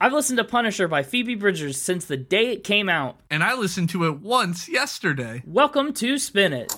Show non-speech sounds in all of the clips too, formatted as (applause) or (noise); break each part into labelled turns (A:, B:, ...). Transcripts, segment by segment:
A: I've listened to Punisher by Phoebe Bridgers since the day it came out.
B: And I listened to it once yesterday.
A: Welcome to Spin It.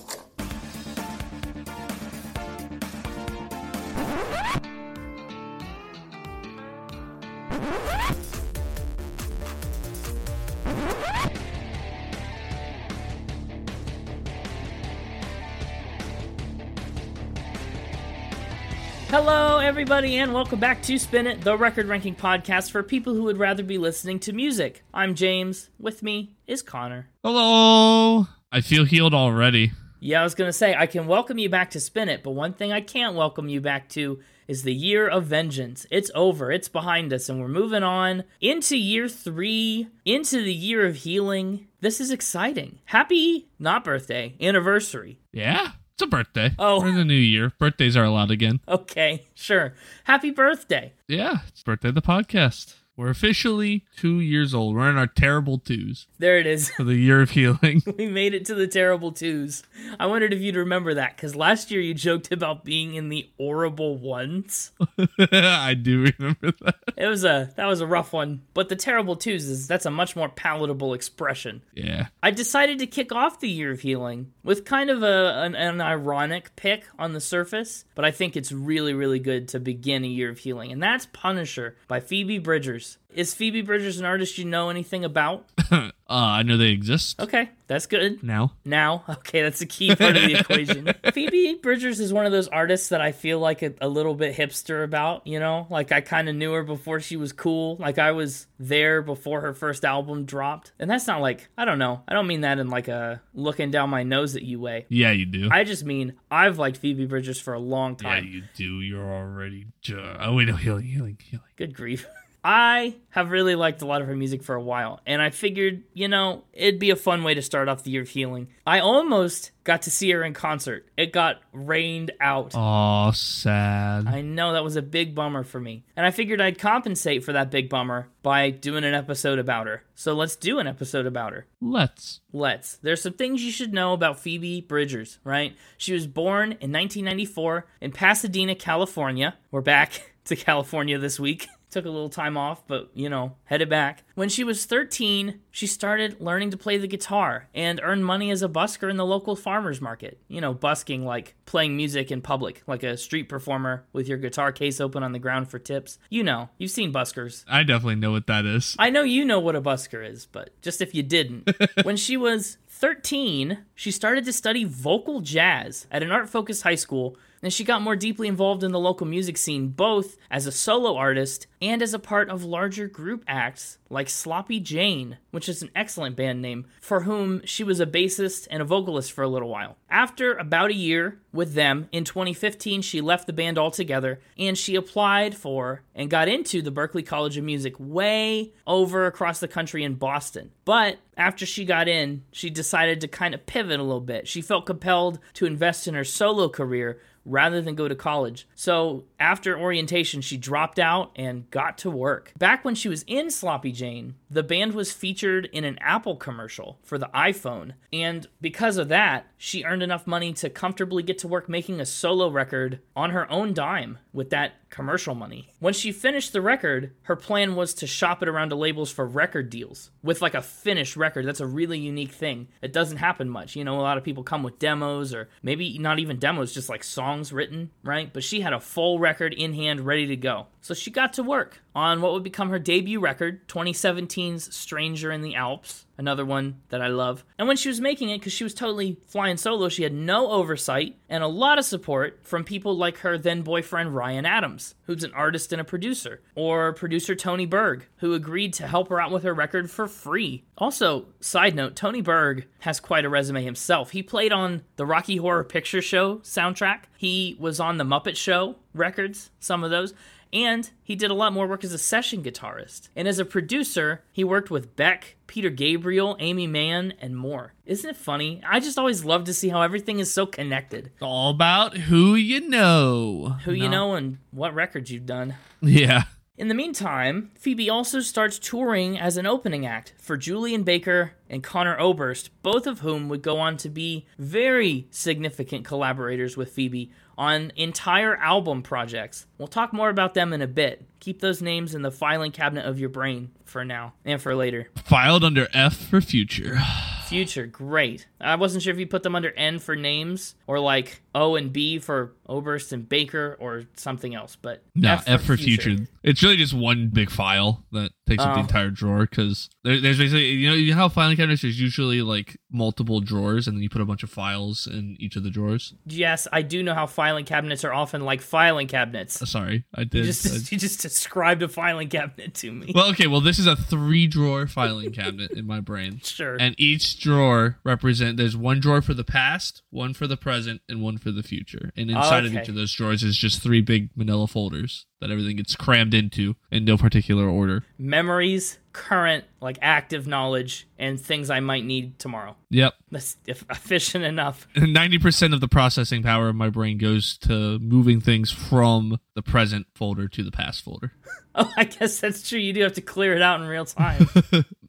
A: Hello, everybody, and welcome back to Spin It, the record ranking podcast for people who would rather be listening to music. I'm James. With me is Connor.
C: Hello. I feel healed already.
A: Yeah, I was going to say, I can welcome you back to Spin It, but one thing I can't welcome you back to is the year of vengeance. It's over, it's behind us, and we're moving on into year three, into the year of healing. This is exciting. Happy, not birthday, anniversary.
C: Yeah. It's a birthday.
A: Oh.
C: We're in the new year. Birthdays are allowed again.
A: Okay, (laughs) sure. Happy birthday.
C: Yeah. It's birthday of the podcast. We're officially two years old. We're in our terrible twos
A: There it is. (laughs)
C: for the year of healing. (laughs)
A: We made it to the terrible twos. I wondered if you'd remember that because last year you joked about being in the horrible ones.
C: I do remember that.
A: It was a that was a rough one, but the terrible twos is that's a much more palatable expression.
C: Yeah.
A: I decided to kick off the year of healing with kind of a an, an ironic pick on the surface, but I think it's really really good to begin a year of healing, and that's Punisher by Phoebe Bridgers. Is Phoebe Bridgers an artist you know anything about?
C: uh, I know they exist
A: Okay, that's good.
C: now.
A: Now, (laughs) okay, that's a key part of the
C: (laughs)
A: equation. Phoebe Bridgers is one of those artists that I feel like a, a little bit hipster about, you know? Like I kind of knew her before she was cool. Like I was there before her first album dropped. And that's not like, I don't know. I don't mean that in like a looking down my nose at you way.
C: Yeah, you do.
A: I just mean I've liked Phoebe Bridgers for a long
C: yeah,
A: time.
C: you do. You're already. Ju- oh, wait, no, healing, healing, healing.
A: Good grief. (laughs) I have really liked a lot of her music for a while, and I figured, you know, it'd be a fun way to start off the year of healing. I almost got to see her in concert. It got rained out.
C: Oh, sad.
A: I know that was a big bummer for me. And I figured I'd compensate for that big bummer by doing an episode about her. So let's do an episode about her.
C: Let's.
A: Let's. There's some things you should know about Phoebe Bridgers, right? She was born in 1994 in Pasadena, California. We're back (laughs) to California this week. (laughs) Took a little time off, but you know, headed back. When she was 13, she started learning to play the guitar and earned money as a busker in the local farmers market. You know, busking like playing music in public, like a street performer with your guitar case open on the ground for tips. You know, you've seen buskers.
C: I definitely know what that is.
A: (laughs) I know you know what a busker is, but just if you didn't. when she was 13, she started to study vocal jazz at an art focused high school, and she got more deeply involved in the local music scene, both as a solo artist and as a part of larger group acts like Sloppy Jane, which is an excellent band name, for whom she was a bassist and a vocalist for a little while. After about a year with them, in 2015, she left the band altogether and she applied for and got into the Berklee College of Music way over across the country in Boston. But after she got in, she decided to kind of pivot a little bit. She felt compelled to invest in her solo career rather than go to college. So after orientation, she dropped out and got to work. Back when she was in Sloppy Jane, the band was featured in an Apple commercial for the iPhone. And because of that, she earned enough money to comfortably get to work making a solo record on her own dime with that commercial money. When she finished the record, her plan was to shop it around to labels for record deals with like a finished record. That's a really unique thing. It doesn't happen much. You know, a lot of people come with demos or maybe not even demos, just like songs written, right? But she had a full record in hand ready to go. So she got to work on what would become her debut record, 2017's Stranger in the Alps another one that I love. And when she was making it, because she was totally flying solo, she had no oversight and a lot of support from people like her then boyfriend Ryan Adams, who's an artist and a producer, or producer Tony Berg, who agreed to help her out with her record for free. Also, side note, Tony Berg has quite a resume himself. He played on the Rocky Horror Picture Show soundtrack, he was on the Muppet Show records, some of those. And he did a lot more work as a session guitarist. And as a producer, he worked with Beck, Peter Gabriel, Amy Mann, and more. Isn't it funny? I just always love to see how everything is so connected.
C: It's all about who you know.
A: Who you know and what records you've done.
C: Yeah.
A: In the meantime, Phoebe also starts touring as an opening act for Julian Baker and Connor Oberst, both of whom would go on to be very significant collaborators with Phoebe on entire album projects. We'll talk more about them in a bit. Keep those names in the filing cabinet of your brain for now and for later.
C: Filed under F for future.
A: Future, great. I wasn't sure if you put them under N for names or like O and B for Oberst and Baker or something else, but
C: No, F, for future. It's really just one big file that takes up the
A: Oh.
C: entire drawer because there, there's basically you know, you know how filing cabinets there's usually like multiple drawers and then you put a bunch of files in each of the drawers.
A: Yes, I do know how filing cabinets are often like filing cabinets.
C: Uh, Sorry, I
A: You
C: did.
A: (laughs)
C: I-
A: just, you just described a filing cabinet to me.
C: well, okay. Well, this is a three drawer filing cabinet in my brain.
A: (laughs) sure.
C: And each drawer represent there's one drawer for the past, one for the present, and one for the future. And inside of
A: okay.
C: each of those drawers is just three big manila folders that everything gets crammed into in no particular order.
A: Memories, current, like active knowledge, and things I might need tomorrow.
C: Yep. (laughs)
A: That's if efficient enough. (laughs)
C: 90% of the processing power of my brain goes to moving things from the present folder to the past folder.
A: Oh, I guess that's true. You do have to clear it out in real
C: (laughs)
A: time.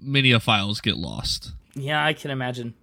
C: Many of files get lost.
A: yeah, I can imagine.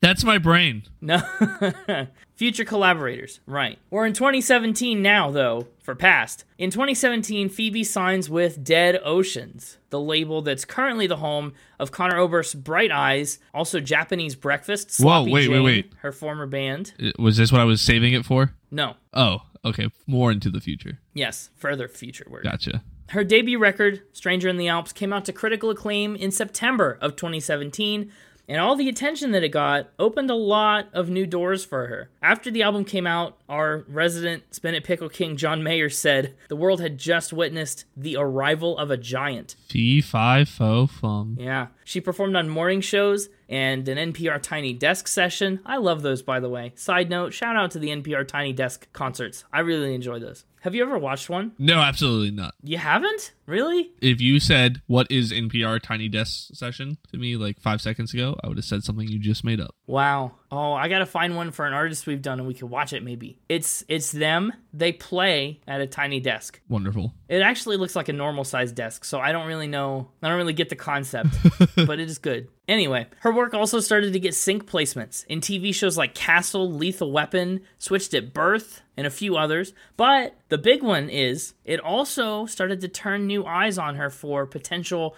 C: That's my brain.
A: No. (laughs) Future collaborators, right. We're in 2017 now, though, for past. In 2017, Phoebe signs with Dead Oceans, the label that's currently the home of Connor Oberst's Bright Eyes, also Japanese Breakfast,
C: Whoa,
A: Sloppy
C: wait, wait,
A: Jane,
C: wait.
A: her former band.
C: Uh, Was this what I was saving it for?
A: No,
C: Oh, okay. More into the future.
A: yes, further future work.
C: Gotcha.
A: Her debut record, Stranger in the Alps, came out to critical acclaim in September of 2017, and all the attention that it got opened a lot of new doors for her. After the album came out, our resident Spin It Pickle King John Mayer said the world had just witnessed the arrival of a giant.
C: Fee, fi, fo, fum.
A: Yeah. She performed on morning shows and an NPR Tiny Desk session. I love those, by the way. Side note, shout out to the NPR Tiny Desk concerts. I really enjoy those. Have you ever watched one?
C: No, absolutely not.
A: You haven't? Really?
C: If you said, What is NPR Tiny Desk Session to me like five seconds ago, I would have said something you just made up.
A: Wow. Oh, I gotta find one for an artist we've done and we could watch it maybe. It's it's them. They play at a tiny desk.
C: Wonderful.
A: It actually looks like a normal sized desk, so I don't really know I don't really get the concept. but it is good. Anyway, her work also started to get sync placements in TV shows like Castle, Lethal Weapon, Switched at Birth, and a few others. But the big one is it also started to turn new eyes on her for potential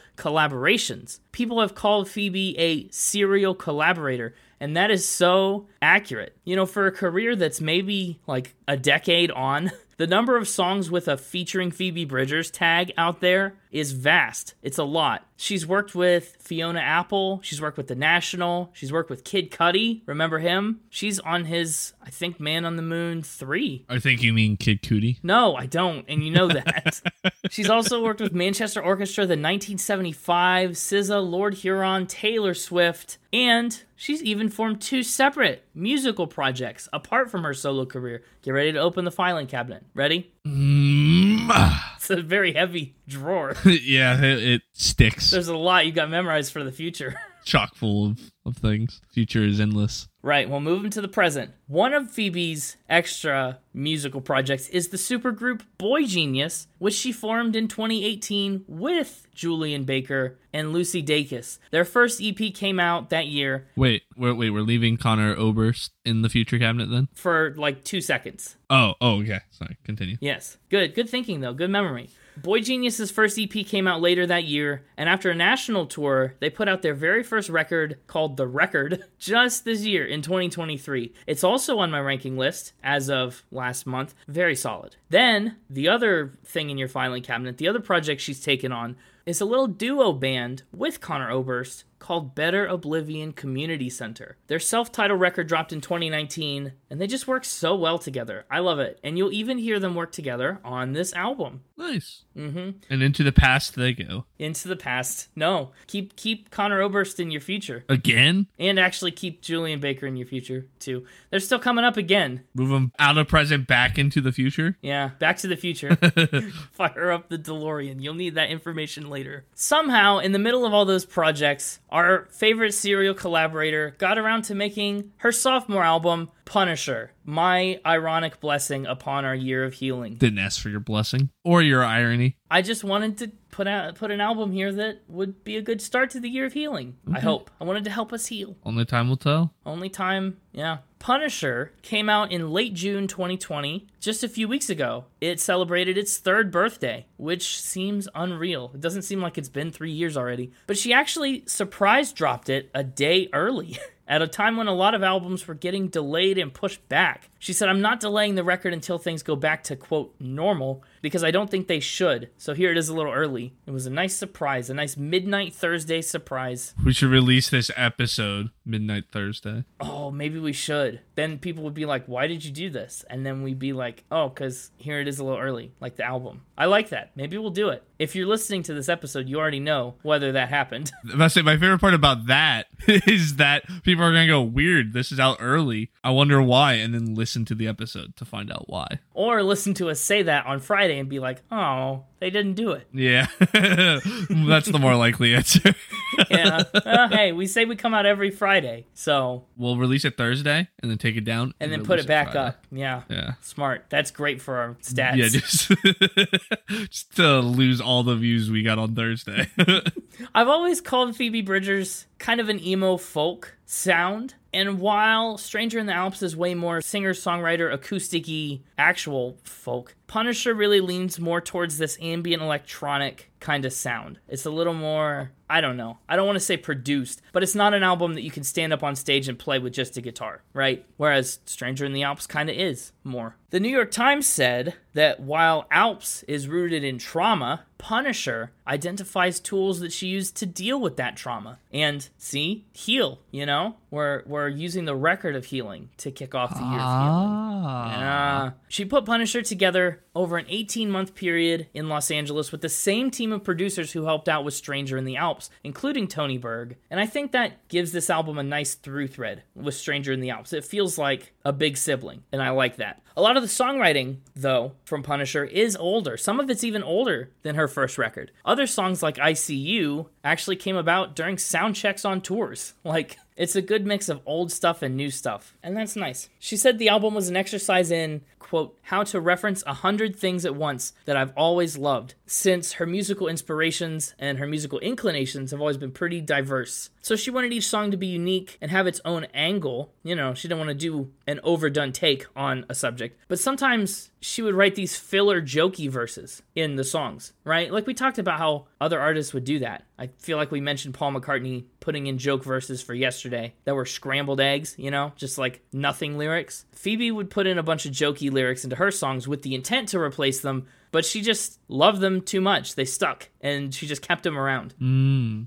A: collaborations. People have called Phoebe a serial collaborator. And that is so accurate. You know, for a career that's maybe like a decade on, (laughs) the number of songs with a featuring Phoebe Bridgers tag out there is vast. It's a lot. She's worked with Fiona Apple. She's worked with The National. She's worked with Kid Cudi. Remember him? She's on his, I think, Man on the Moon 3.
C: I think you mean Kid Cootie.
A: No, I don't, and you know that. She's also worked with Manchester Orchestra, the 1975, SZA, Lord Huron, Taylor Swift, and she's even formed two separate musical projects apart from her solo career. Get ready to open the filing cabinet. Ready?
C: Mm,
A: It's a very heavy drawer.
C: (laughs) yeah, it, it sticks.
A: There's a lot you got memorized for the future. (laughs)
C: chock full of, of things. Future is endless.
A: Right, we'll move into the present. One of Phoebe's extra musical projects is the supergroup Boy Genius, which she formed in 2018 with Julian Baker and Lucy Dacus. Their first EP came out that year
C: Wait, wait, wait. We're leaving Connor Oberst in the future cabinet then?
A: for like two seconds.
C: Oh, oh, okay. Sorry. Continue.
A: Yes. Good. Good thinking, though. Good memory. Boy Genius's first EP came out later that year, and after a national tour, they put out their very first record called The Record (laughs) just this year in 2023. It's also on my ranking list as of last month. Very solid. Then, the other thing in your filing cabinet, the other project she's taken on, is a little duo band with Connor Oberst called Better Oblivion Community Center. Their self titled record dropped in 2019, and they just work so well together. I love it. And you'll even hear them work together on this album.
C: Nice. Mm-hmm. And into the past they go.
A: Into the past. No, keep keep Connor Oberst in your future,
C: Again?
A: and actually keep Julian Baker in your future too. They're still coming up again.
C: Move them out of present back into the future?
A: Yeah, Back to the Future. (laughs) Fire up the DeLorean. You'll need that information later. Somehow, in the middle of all those projects, our favorite serial collaborator, got around to making her sophomore album, Punisher, My Ironic Blessing Upon Our Year of Healing.
C: Didn't ask for your blessing or your irony.
A: I just wanted to put out put an album here that would be a good start to the year of healing. I hope. I wanted to help us heal.
C: Only time will tell.
A: Only time, yeah. Punisher came out in late June 2020, just a few weeks ago. It celebrated its third birthday, which seems unreal. It doesn't seem like it's been three years already. But she actually surprise dropped it a day early. (laughs) At a time when a lot of albums were getting delayed and pushed back, she said, I'm not delaying the record until things go back to quote normal because I don't think they should. So here it is a little early. It was a nice surprise, a nice midnight Thursday surprise.
C: We should release this episode midnight Thursday.
A: oh, maybe we should. Then people would be like, why did you do this? And then we'd be like, oh, because here it is a little early, like the album. I like that. Maybe we'll do it. If you're listening to this episode, you already know whether that happened. (laughs)
C: I'm about to say my favorite part about that (laughs) is that people are gonna go weird. This is out early. I wonder why, and then listen to the episode to find out why.
A: or listen to us say that on Friday and be like, oh, they didn't do it.
C: Yeah, (laughs) that's the more likely answer. (laughs)
A: Yeah. Uh, hey, we say we come out every Friday. So,
C: we'll release it Thursday and then take it down
A: and then
C: release
A: put it back
C: Friday.
A: up. Yeah.
C: Yeah.
A: Smart. That's great for our stats.
C: Yeah, just, (laughs) just to lose all the views we got on Thursday. (laughs)
A: I've always called Phoebe Bridgers kind of an emo folk sound. And while Stranger in the Alps is way more singer songwriter, acoustic y, actual folk, Punisher really leans more towards this ambient electronic kind of sound. It's a little more, I don't know, I don't want to say produced, but it's not an album that you can stand up on stage and play with just a guitar, right? Whereas Stranger in the Alps kind of is more. The New York Times said that while Alps is rooted in trauma, Punisher identifies tools that she used to deal with that trauma and see heal. You know, we're we're using the record of healing to kick off the year of healing. Ah. She put Punisher together over an 18 month period in Los Angeles with the same team of producers who helped out with Stranger in the Alps, including Tony Berg. And I think that gives this album a nice through thread with Stranger in the Alps. It feels like a big sibling, and I like that. A lot of the songwriting, though, from Punisher is older. Some of it's even older than her first record. Other songs like ICU actually came about during sound checks on tours. (laughs) Like, it's a good mix of old stuff and new stuff, and that's nice. She said the album was an exercise in, quote, how to reference a hundred things at once that I've always loved, since her musical inspirations and her musical inclinations have always been pretty diverse. So she wanted each song to be unique and have its own angle. You know, she didn't want to do an overdone take on a subject, but sometimes she would write these filler jokey verses in the songs, right? Like we talked about how other artists would do that. I feel like we mentioned Paul McCartney putting in joke verses for yesterday that were scrambled eggs, you know, just like nothing lyrics. Phoebe would put in a bunch of jokey lyrics into her songs with the intent to replace them, but she just loved them too much. They stuck, and she just kept them around.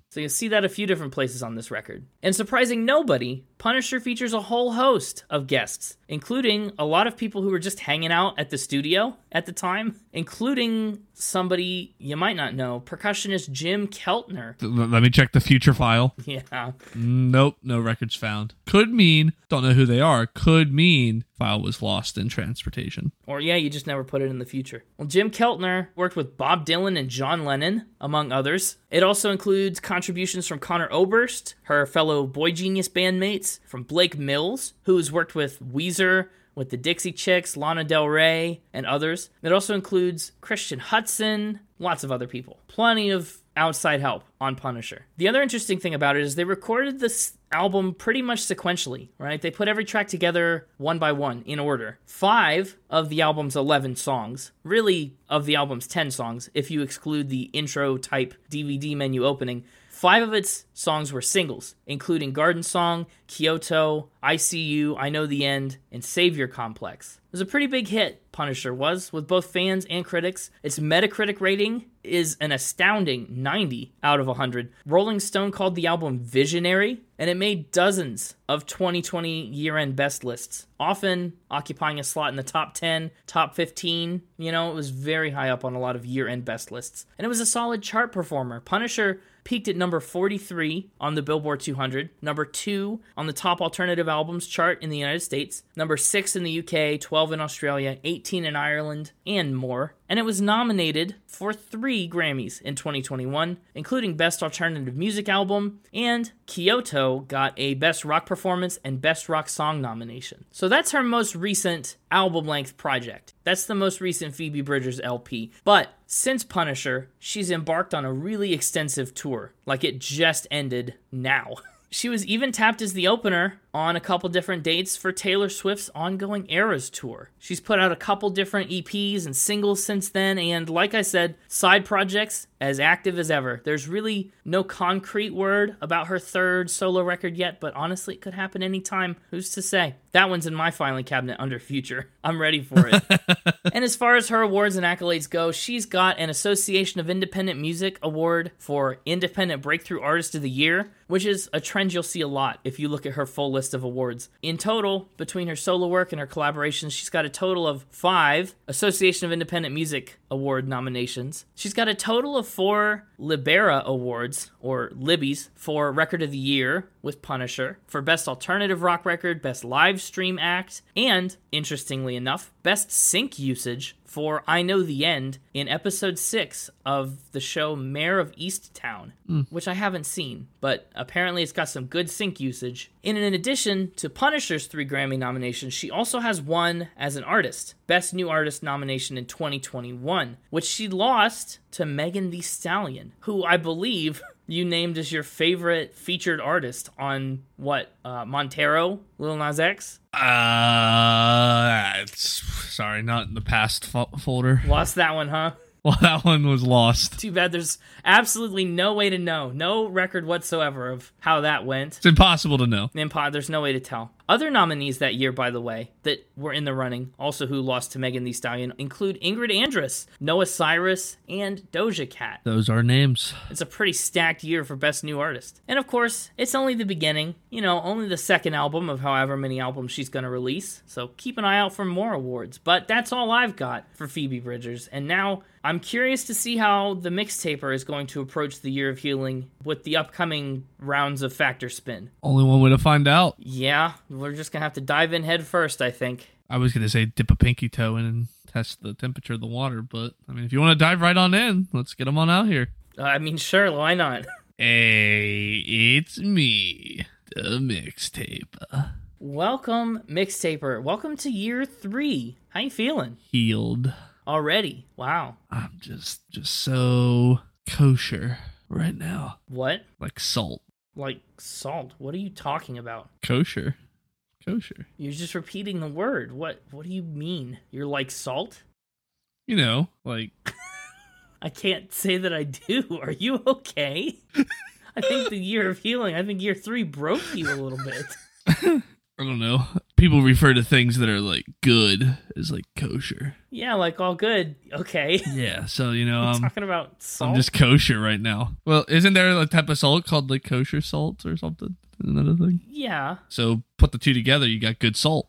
A: So you see that a few different places on this record. And surprising nobody, Punisher features a whole host of guests, including a lot of people who were just hanging out at the studio at the time, including somebody you might not know, percussionist Jim Keltner. (laughs)
C: Th- Let me check the future file.
A: Yeah.
C: Nope, no records found. Could mean, don't know who they are, could mean file was lost in transportation.
A: Or yeah, you just never put it in the future. Well, Jim Keltner worked with Bob Dylan and John Lennon, among others. It also includes contributions from Connor Oberst, her fellow Boy Genius bandmates, from Blake Mills, who's worked with Weezer, with the Dixie Chicks, Lana Del Rey, and others. It also includes Christian Hudson, lots of other people. Plenty of outside help on Punisher. The other interesting thing about it is they recorded this album pretty much sequentially, right? They put every track together one by one in order. Five of the album's 11 songs, really of the album's 10 songs, if you exclude the intro type DVD menu opening. Five of its songs were singles, including Garden Song, Kyoto, I See You, I Know the End, and Savior Complex. It was a pretty big hit, Punisher was, with both fans and critics. Its Metacritic rating is an astounding 90 out of 100. Rolling Stone called the album visionary, and it made dozens of 2020 year end best lists, often occupying a slot in the top 10, top 15. You know, it was very high up on a lot of year end best lists. And it was a solid chart performer. Punisher peaked at number 43 on the Billboard 200, number 2 on the top alternative albums chart in the United States, number 6 in the UK, 12 in Australia, 18 in Ireland, and more. and it was nominated for three Grammys in 2021, including Best Alternative Music Album, and Kyoto got a Best Rock Performance and Best Rock Song nomination. So that's her most recent album length project. That's the most recent Phoebe Bridgers LP. But since Punisher, she's embarked on a really extensive tour, like it just ended now. (laughs) She was even tapped as the opener on a couple different dates for Taylor Swift's ongoing Eras tour. She's put out a couple different EPs and singles since then, and like I said, side projects as active as ever. There's really no concrete word about her third solo record yet, but honestly, it could happen anytime. Who's to say? That one's in my filing cabinet under future. (laughs) I'm ready for it. and as far as her awards and accolades go, she's got an Association of Independent Music Award for Independent Breakthrough Artist of the Year, which is a trend you'll see a lot if you look at her full list of awards. In total, between her solo work and her collaborations, she's got a total of five Association of Independent Music Award nominations. She's got a total of four Libera Awards, or Libbies, for Record of the Year with Punisher, for Best Alternative Rock Record, Best Live Stream Act, and, interestingly enough, Best Sync Usage for I Know the End in episode six of the show Mayor of Easttown, which I haven't seen, but apparently it's got some good sync usage. And in addition to Punisher's three Grammy nominations, she also has one as an artist, Best New Artist nomination in 2021, which she lost to Megan the Stallion, who I believe you named as your favorite featured artist on what, uh, Montero, Lil Nas X?
C: Uh, it's- sorry, not in the past fo- folder. (laughs)
A: Lost that one, huh?
C: Well, that one was lost.
A: Too bad there's absolutely no way to know, no record whatsoever of how that went.
C: It's impossible to know.
A: And pod, there's no way to tell. Other nominees that year, by the way, that were in the running, also who lost to Megan Thee Stallion, include Ingrid Andress, Noah Cyrus, and Doja Cat.
C: Those are names.
A: It's a pretty stacked year for Best New Artist. And of course, it's only the beginning, you know, only the second album of however many albums she's going to release. So keep an eye out for more awards. But that's all I've got for Phoebe Bridgers. And now I'm curious to see how the mixtaper is going to approach the year of healing with the upcoming rounds of Factor Spin.
C: Only one way to find out.
A: Yeah, we're just going to have to dive in head first, I think.
C: I was gonna say dip a pinky toe in and test the temperature of the water, but I mean, if you want to dive right on in, let's get them on out here.
A: Uh, I mean, sure, why not? (laughs)
C: Hey, it's me, the mixtape uh,
A: Welcome, mixtaper. Welcome to year three. How you feeling?
C: healed.
A: Already. Wow.
C: I'm just just so kosher right now,
A: What?
C: like salt.
A: Like salt. What are you talking about?
C: Kosher, kosher.
A: You're just repeating the word. What what do you mean? You're like salt?
C: You know, like
A: I can't (laughs) say that I do. (laughs) Are you okay? (laughs) I think the year of healing, I think year 3 broke you a little bit. (laughs)
C: I don't know. People refer to things that are like good as like kosher.
A: Yeah, like all good. Okay. (laughs)
C: Yeah, so you know, um,
A: Talking about salt.
C: I'm just kosher right now. Well, isn't there a type of salt called like kosher salt or something? Isn't that a thing?
A: Yeah.
C: So put the two together, you got good salt.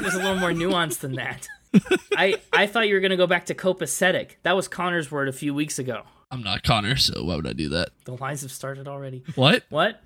A: There's a little more nuance than that. (laughs) I I thought you were going to go back to copacetic. That was Connor's word a few weeks ago.
C: I'm not Connor, so why would I do that?
A: The lines have started already.
C: What?
A: What?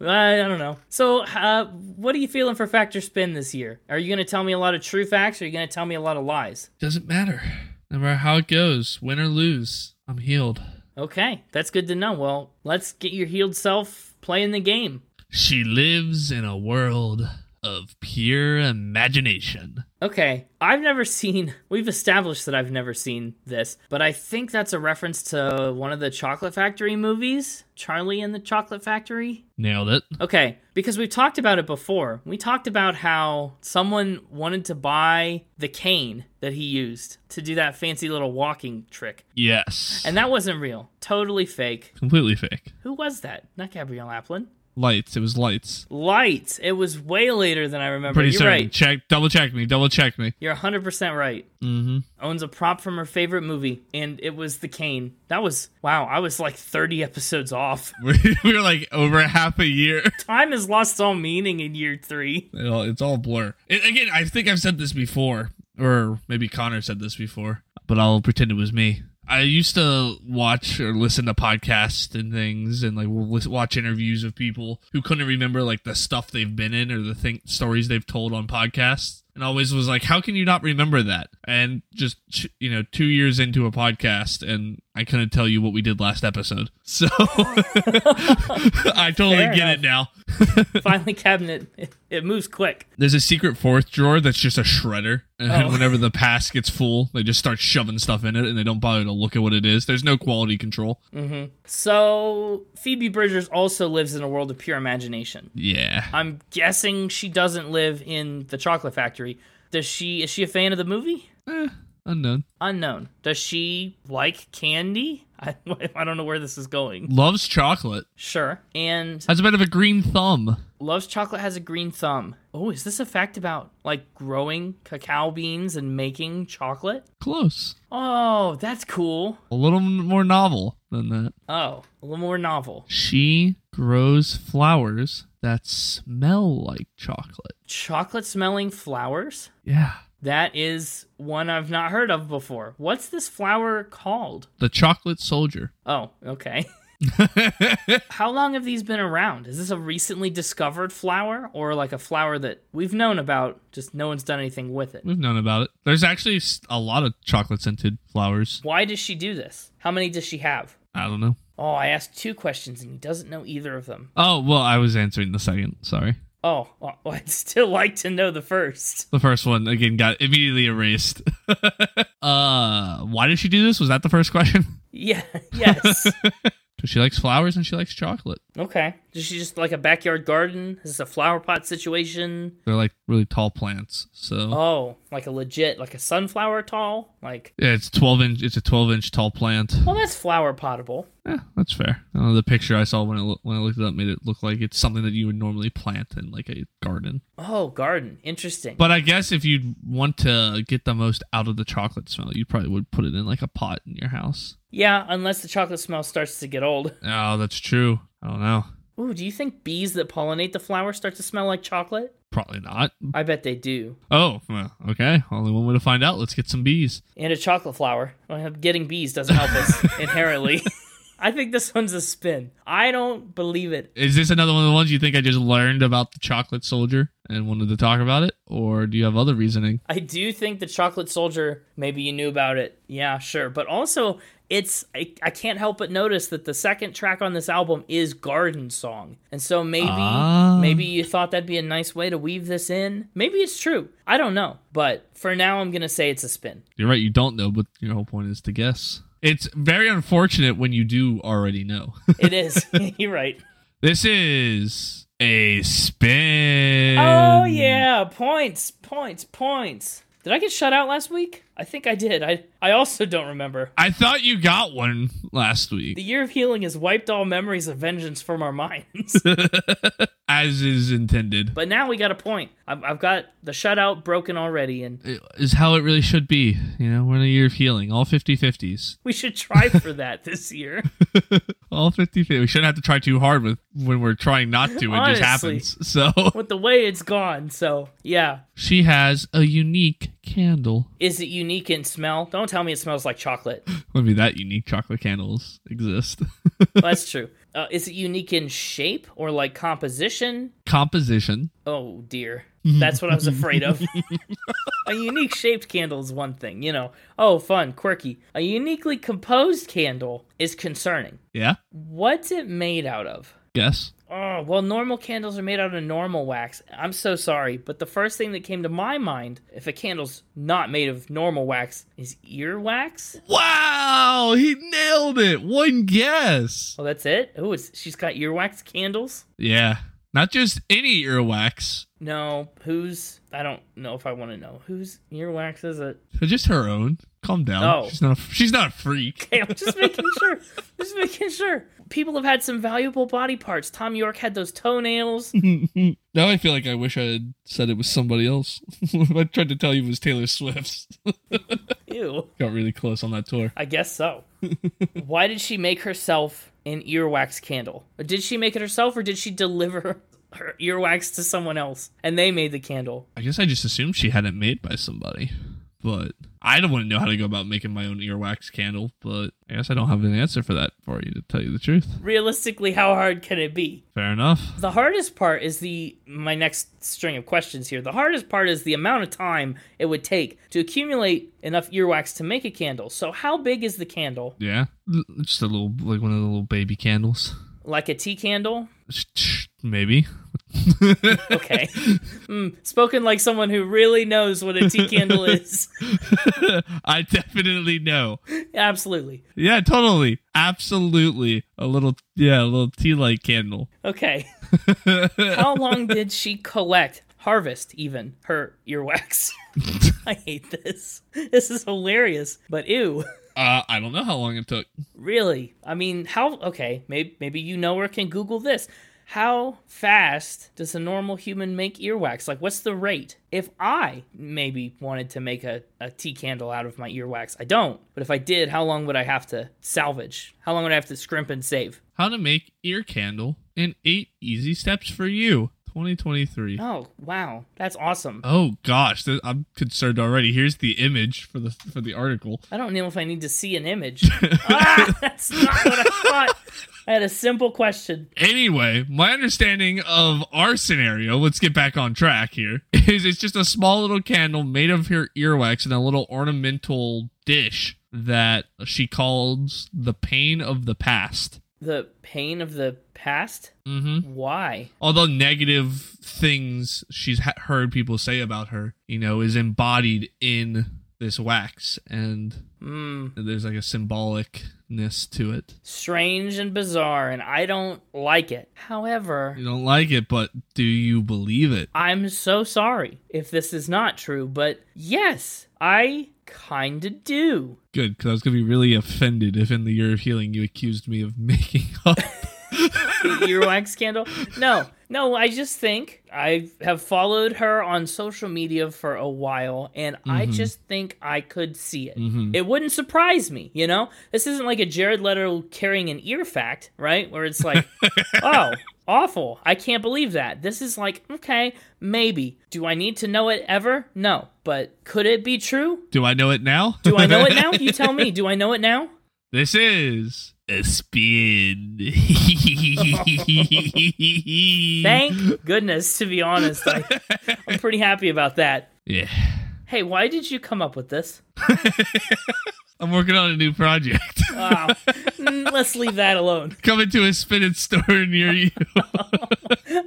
A: I, I don't know. So, uh, what are you feeling for Factor Spin this year? Are you going to tell me a lot of true facts or are you going to tell me a lot of lies?
C: Doesn't matter. No matter how it goes, win or lose, I'm healed.
A: Okay, that's good to know. Well, let's get your healed self playing the game.
C: She lives in a world of pure imagination.
A: Okay, I've never (laughs) seen, we've established that I've never seen this, but I think that's a reference to one of the Chocolate Factory movies, Charlie and the Chocolate Factory.
C: Nailed it.
A: Okay, because we've talked about it before. We talked about how someone wanted to buy the cane that he used to do that fancy little walking trick.
C: Yes.
A: And that wasn't real. Totally fake.
C: completely fake.
A: Who was that? Not Gabrielle Applin.
C: Lights. It was lights.
A: Lights. It was way later than I remember.
C: Pretty
A: You're
C: certain.
A: right.
C: Check. Double check me. Double check me. (laughs)
A: You're 100% right.
C: Mm-hmm.
A: Owns a prop from her favorite movie, and it was the cane. That was, wow, I was like 30 episodes off. (laughs)
C: we were like over half a year.
A: Time has lost all meaning in year three.
C: It all, it's all blur. It, again, I think I've said this before, or maybe Connor said this before, but I'll pretend it was me. I used to watch or listen to podcasts and things, and like lis- watch interviews of people who couldn't remember like the stuff they've been in or the thing stories they've told on podcasts. And and always was like, "How can you not remember that?" And just you know, two years into a podcast, and I couldn't tell you what we did last episode. So (laughs) I totally
A: Fair enough.
C: get it now.
A: Finally, cabinet. It, it moves quick.
C: There's a secret fourth drawer that's just a shredder, and
A: Oh.
C: whenever the pass gets full, they just start shoving stuff in it, and they don't bother to look at what it is. There's no quality control.
A: So Phoebe Bridgers also lives in a world of pure imagination.
C: Yeah,
A: I'm guessing she doesn't live in the chocolate factory. Does she? Is she a fan of the movie?
C: unknown
A: Unknown. Does she like candy? (laughs) I, I don't know where this is going.
C: loves chocolate.
A: Sure. And
C: Has a bit of a green thumb.
A: loves chocolate has a green thumb. Oh, is this a fact about like growing cacao beans and making chocolate?
C: Close.
A: Oh, that's cool.
C: A little more novel than that.
A: Oh, a little more novel.
C: She grows flowers that smell like chocolate.
A: Chocolate smelling flowers?
C: Yeah.
A: That is one I've not heard of before. What's this flower called?
C: The chocolate soldier.
A: Oh, okay. (laughs) How long have these been around? Is this a recently discovered flower or like a flower that we've known about, just no one's done anything with it?
C: We've known about it. There's actually s- a lot of chocolate scented flowers.
A: Why does she do this? How many does she have?
C: I don't know.
A: Oh, I asked two questions and he doesn't know either of them.
C: Oh, well, I was answering the second. Sorry.
A: Oh, well, (laughs) I'd still like to know the first.
C: The first one, again, got immediately erased. (laughs) uh, why did she do this? Was that the first question? (laughs)
A: Yeah, (laughs) yes.
C: 'Cause she likes flowers and she likes chocolate.
A: okay. Is she just like a backyard garden? Is this a flower pot situation?
C: They're like really tall plants. So.
A: Oh, like a legit, like a sunflower tall? Like,
C: Yeah, it's 12 inch. It's a 12 inch tall plant.
A: well, that's flower potable.
C: Yeah, that's fair. I don't know, the picture I saw when I, loo- when I looked it up made it look like it's something that you would normally plant in like a garden.
A: Oh, garden. Interesting.
C: But I guess if you'd want to get the most out of the chocolate smell, you probably would put it in like a pot in your house.
A: yeah, unless the chocolate smell starts to get old.
C: Oh, that's true. I don't know.
A: Ooh, do you think bees that pollinate the flower start to smell like chocolate?
C: Probably not.
A: I bet they do.
C: Oh, well, okay. Only one way to find out. Let's get some bees.
A: And a chocolate flower. Well, Getting bees doesn't help us inherently. (laughs) I think this one's a spin. I don't believe it.
C: Is this another one of the ones you think I just learned about the chocolate soldier and wanted to talk about it, or do you have other reasoning?
A: I do think the chocolate soldier, maybe you knew about it. Yeah, sure. But also, it's I, I can't help but notice that the second track on this album is garden song. And so maybe
C: Ah.
A: maybe you thought that'd be a nice way to weave this in. Maybe it's true. I don't know. But for now I'm going to say it's a spin.
C: You're right. You don't know, but your whole point is to guess. It's very unfortunate when you do already know. (laughs)
A: It is. (laughs) You're right.
C: This is a spin.
A: Oh yeah, points, points, points. Did I get shut out last week? I think I did. I I also don't remember.
C: I thought you got one last
A: The
C: week,
A: year of healing has wiped all memories of vengeance from our (laughs) minds.
C: as is intended.
A: but now we got a point. I've, I've got the shutout broken already, and
C: It is how it really should be. You know, we're in a year of healing. All 50 50s.
A: we should try for that (laughs) this year.
C: All 50 50. We shouldn't have to try too hard with when we're trying not to. It
A: Honestly.
C: just happens. (laughs) So
A: With the way it's gone, so yeah.
C: she has a unique candle.
A: Is it unique in smell? Don't tell me it smells like chocolate.
C: Wouldn't be that unique chocolate candles exist. (laughs)
A: Well, that's true. Uh, is it unique in shape or like composition?
C: Composition.
A: Oh dear. That's what I was afraid of. a unique shaped candle is one thing, you know. Oh, fun, quirky. A uniquely composed candle is concerning.
C: Yeah.
A: What's it made out of?
C: Guess.
A: Oh, well, normal candles are made out of normal wax. I'm so sorry, but the first thing that came to my mind, if a candle's not made of normal wax, is ear wax?
C: Wow. He nailed it. One guess.
A: Oh, that's it? Oh, it's, she's got earwax candles?
C: Yeah. Not just any earwax,
A: No, who's. I don't know if I want to know. Whose earwax is it? (laughs)
C: but just her own. Calm down.
A: Oh.
C: She's not a, she's not a freak.
A: Okay, I'm just making sure. Just making sure. People have had some valuable body parts. Tom York had those toenails. (laughs)
C: Now I feel like I wish I had said it was somebody else. (laughs) I tried to tell you it was Taylor Swift's.
A: Ew.
C: (laughs) Got really close on that tour.
A: I guess so. Why did she make herself an earwax candle? Or did she make it herself or did she deliver her earwax to someone else and they made the candle?
C: I guess I just assumed she had it made by somebody. But I don't want to know how to go about making my own earwax candle, but I guess I don't have an answer for that for you to tell you the truth.
A: Realistically, how hard can it be?
C: Fair enough.
A: The hardest part is the my next string of questions here. The hardest part is the amount of time it would take to accumulate enough earwax to make a candle. So how big is the candle?
C: Yeah. L- Just a little, like one of the little baby candles.
A: Like a tea candle?
C: Maybe. (laughs)
A: Okay. mm, spoken like someone who really knows what a tea candle is.
C: I definitely know.
A: Absolutely.
C: Yeah, totally. Absolutely. A little, yeah, a little tea light candle.
A: Okay. How long did she collect, harvest even, her earwax? (laughs) I hate this. This is hilarious, but ew.
C: Uh, I don't know how long it took.
A: Really? I mean, how? Okay, maybe maybe you know or can Google this. How fast does a normal human make earwax? Like, what's the rate? If I maybe wanted to make a, a tea candle out of my earwax, I don't. But if I did, how long would I have to salvage? How long would I have to scrimp and save?
C: How to make ear candle in eight easy steps for you, 2023.
A: Oh, wow. That's awesome.
C: Oh gosh, th- I'm concerned already. Here's the image for the for the article.
A: I don't know if I need to see an image. ah, that's not what I thought. I had a simple question.
C: Anyway, my understanding of our scenario, let's get back on track here, (laughs) is it's just a small little candle made of her earwax and a little ornamental dish that she calls the pain of the past.
A: The pain of the past?
C: Mm-hmm.
A: Why?
C: All the negative things she's ha- heard people say about her, you know, is embodied in this wax, and
A: Hmm.
C: there's like a symbolicness to it.
A: strange and bizarre, and I don't like it. However,
C: You don't like it, but do you believe it?
A: I'm so sorry if this is not true, but yes, I kinda do.
C: Good, because I was gonna be really offended if in the year of healing you accused me of (laughs) making up.
A: The earwax candle? No, no, I just think I have followed her on social media for a while, and I just think I could see it. It wouldn't surprise me, you know? This isn't like a Jared Leto carrying an ear fact, right? Where it's like, oh, awful. I can't believe that. This is like, okay, maybe. Do I need to know it ever? No. But could it be true?
C: do I know it now?
A: Do I know it now? You tell me. Do I know it now?
C: (laughs) this is a spin. (laughs)
A: Thank goodness, to be honest. I, I'm pretty happy about that.
C: yeah,
A: Hey, why did you come up with this?
C: I'm working on a new project.
A: Wow. Mm, Let's leave that alone.
C: (laughs)
A: (laughs)
C: Coming to a spin and store (laughs) near you.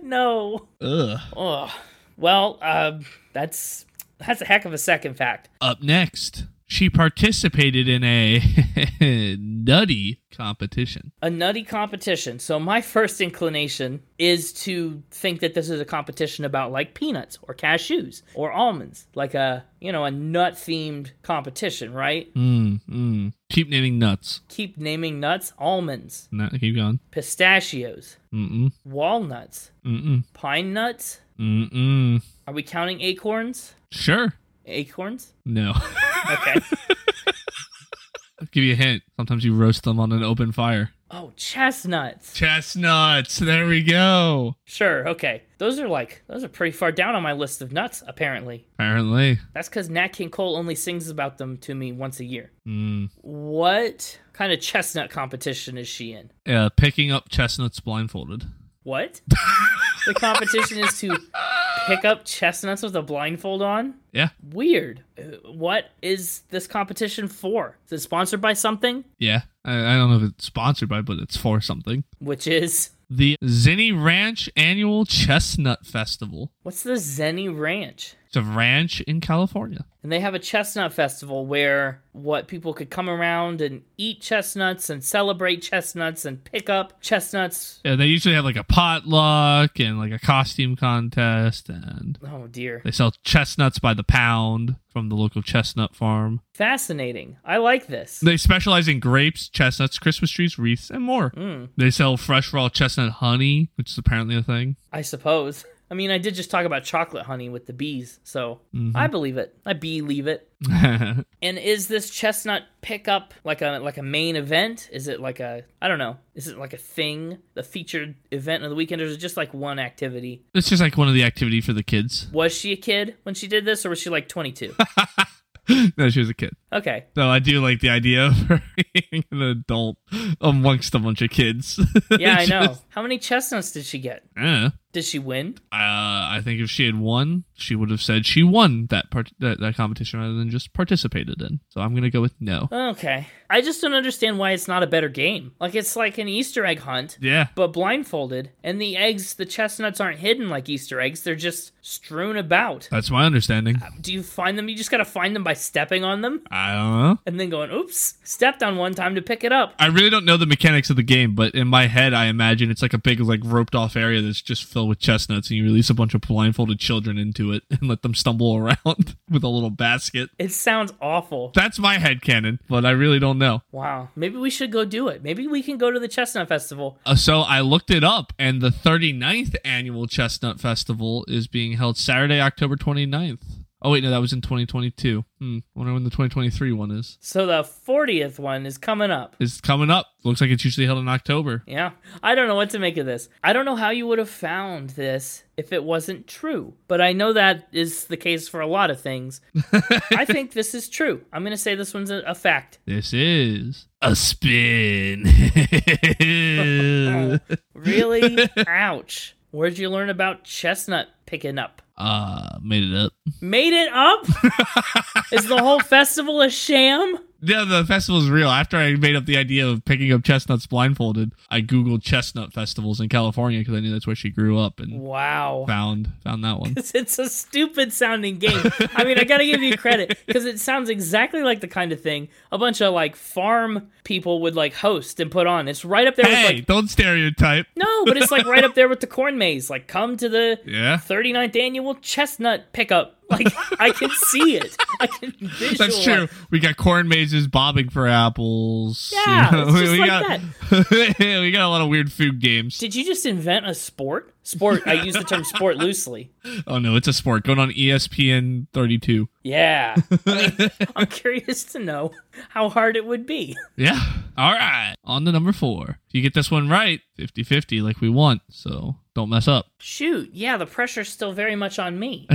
A: No.
C: Ugh.
A: Ugh. Well, uh, that's that's a heck of a second fact.
C: Up next, she participated in a (laughs) nutty competition.
A: A nutty competition. So my first inclination is to think that this is a competition about like peanuts or cashews or almonds, like a you know a nut themed competition, right?
C: Mm,
A: hmm.
C: mm. Keep naming nuts.
A: Keep naming nuts: almonds,
C: No, keep going.
A: pistachios,
C: Mm-mm.
A: walnuts,
C: Mm-mm.
A: pine nuts.
C: Mm-mm.
A: Are we counting acorns?
C: Sure.
A: Acorns?
C: No. (laughs)
A: Okay.
C: I'll give you a hint. Sometimes you roast them on an open fire.
A: oh, chestnuts.
C: Chestnuts. There we go.
A: Sure, okay. Those are like those are pretty far down on my list of nuts, apparently.
C: Apparently.
A: That's because Nat King Cole only sings about them to me once a year.
C: Mm.
A: What kind of chestnut competition is she in?
C: Uh, picking up chestnuts blindfolded.
A: What? the competition is to pick up chestnuts with a blindfold on?
C: Yeah.
A: Weird. Uh, What is this competition for? Is it sponsored by something?
C: Yeah. I, I don't know if it's sponsored by, but it's for something.
A: Which is
C: The Zinni Ranch Annual Chestnut Festival.
A: what's the Zenny Ranch?
C: It's a ranch in California.
A: And they have a chestnut festival where what people could come around and eat chestnuts and celebrate chestnuts and pick up chestnuts.
C: Yeah, they usually have like a potluck and like a costume contest, and
A: Oh dear.
C: they sell chestnuts by the pound from the local chestnut farm.
A: Fascinating. I like this.
C: They specialize in grapes, chestnuts, Christmas trees, wreaths, and more. They sell fresh raw chestnut honey, which is apparently a thing. (laughs)
A: I suppose. I mean, I did just talk about chocolate honey with the bees, so I believe it. I believe it. And is this chestnut pickup like a like a main event? Is it like a I don't know. Is it like a thing, the featured event of the weekend, or is it just like one activity?
C: it's just like one of the activity for the kids. (gasps)
A: Was she a kid when she did this, or was she like 22?
C: no, she was a kid.
A: Okay.
C: So I do like the idea of her (laughs) being an adult amongst a bunch of kids. (laughs)
A: Yeah, I know.
C: Just-
A: How many chestnuts did she get?
C: I don't know.
A: Did she win?
C: Uh, I think if she had won, she would have said she won that part that, that competition rather than just participated in. So I'm gonna go with no.
A: Uh, Okay. I just don't understand why it's not a better game. Like it's like an Easter egg hunt,
C: Yeah,
A: but blindfolded, and the eggs, the chestnuts aren't hidden like Easter eggs. They're just strewn about.
C: that's my understanding.
A: Do you find them? You just gotta find them by stepping on them
C: I don't know.
A: and then going, "Oops, stepped on one time to pick it up."
C: I really don't know the mechanics of the game, but in my head, I imagine it's like a big, like roped off area that's just filled with chestnuts, and you release a bunch of blindfolded children into it (laughs) and let them stumble around (laughs) with a little basket.
A: It sounds awful.
C: That's my headcanon, but I really don't know.
A: Wow. Maybe we should go do it. Maybe we can go to the Chestnut Festival.
C: Uh, So I looked it up, and the 39th annual Chestnut Festival is being held Saturday, October 29th. Oh, wait, no, that was in 2022. Hmm, wonder when the 2023 one is.
A: So the 40th one is coming up.
C: It's coming up. Looks like it's usually held in October.
A: Yeah. I don't know what to make of this. I don't know how you would have found this if it wasn't true, but I know that is the case for a lot of things. I think this is true. I'm going to say this one's a, a fact.
C: This is a
A: (laughs)
C: spin. (laughs)
A: Really? Ouch. Where'd you learn about chestnut picking up?
C: (laughs) uh, made it up.
A: Made it
C: (laughs)
A: up? is the whole festival a sham?
C: Yeah, the festival's real. After I made up the idea of picking up chestnuts blindfolded, I Googled chestnut festivals in California because I knew that's where she grew up and
A: Wow.
C: found found that one.
A: (laughs) It's, it's a stupid sounding game. I mean, I gotta give you credit because it sounds exactly like the kind of thing a bunch of like farm people would like host and put on. It's right up there with
C: hey,
A: like
C: don't stereotype.
A: no, but it's like right up there with the corn maze. Like, come to the (laughs)
C: Yeah.
A: 39th annual chestnut pickup. Like, I can see it. I can visualize.
C: That's true. We got corn mazes bobbing for apples. (laughs)
A: Yeah, it's just like
C: got, that. (laughs) we got a lot of weird food games.
A: Did you just invent a sport? Sport. I use the term sport loosely.
C: Oh no, it's a sport going on E ESPN 32.
A: Yeah. I mean, I'm curious to know how hard it would be.
C: Yeah. All right. On to number four. If you get this one right, 50 50 like we want. So don't mess up.
A: Shoot. Yeah, the pressure's still very much on me.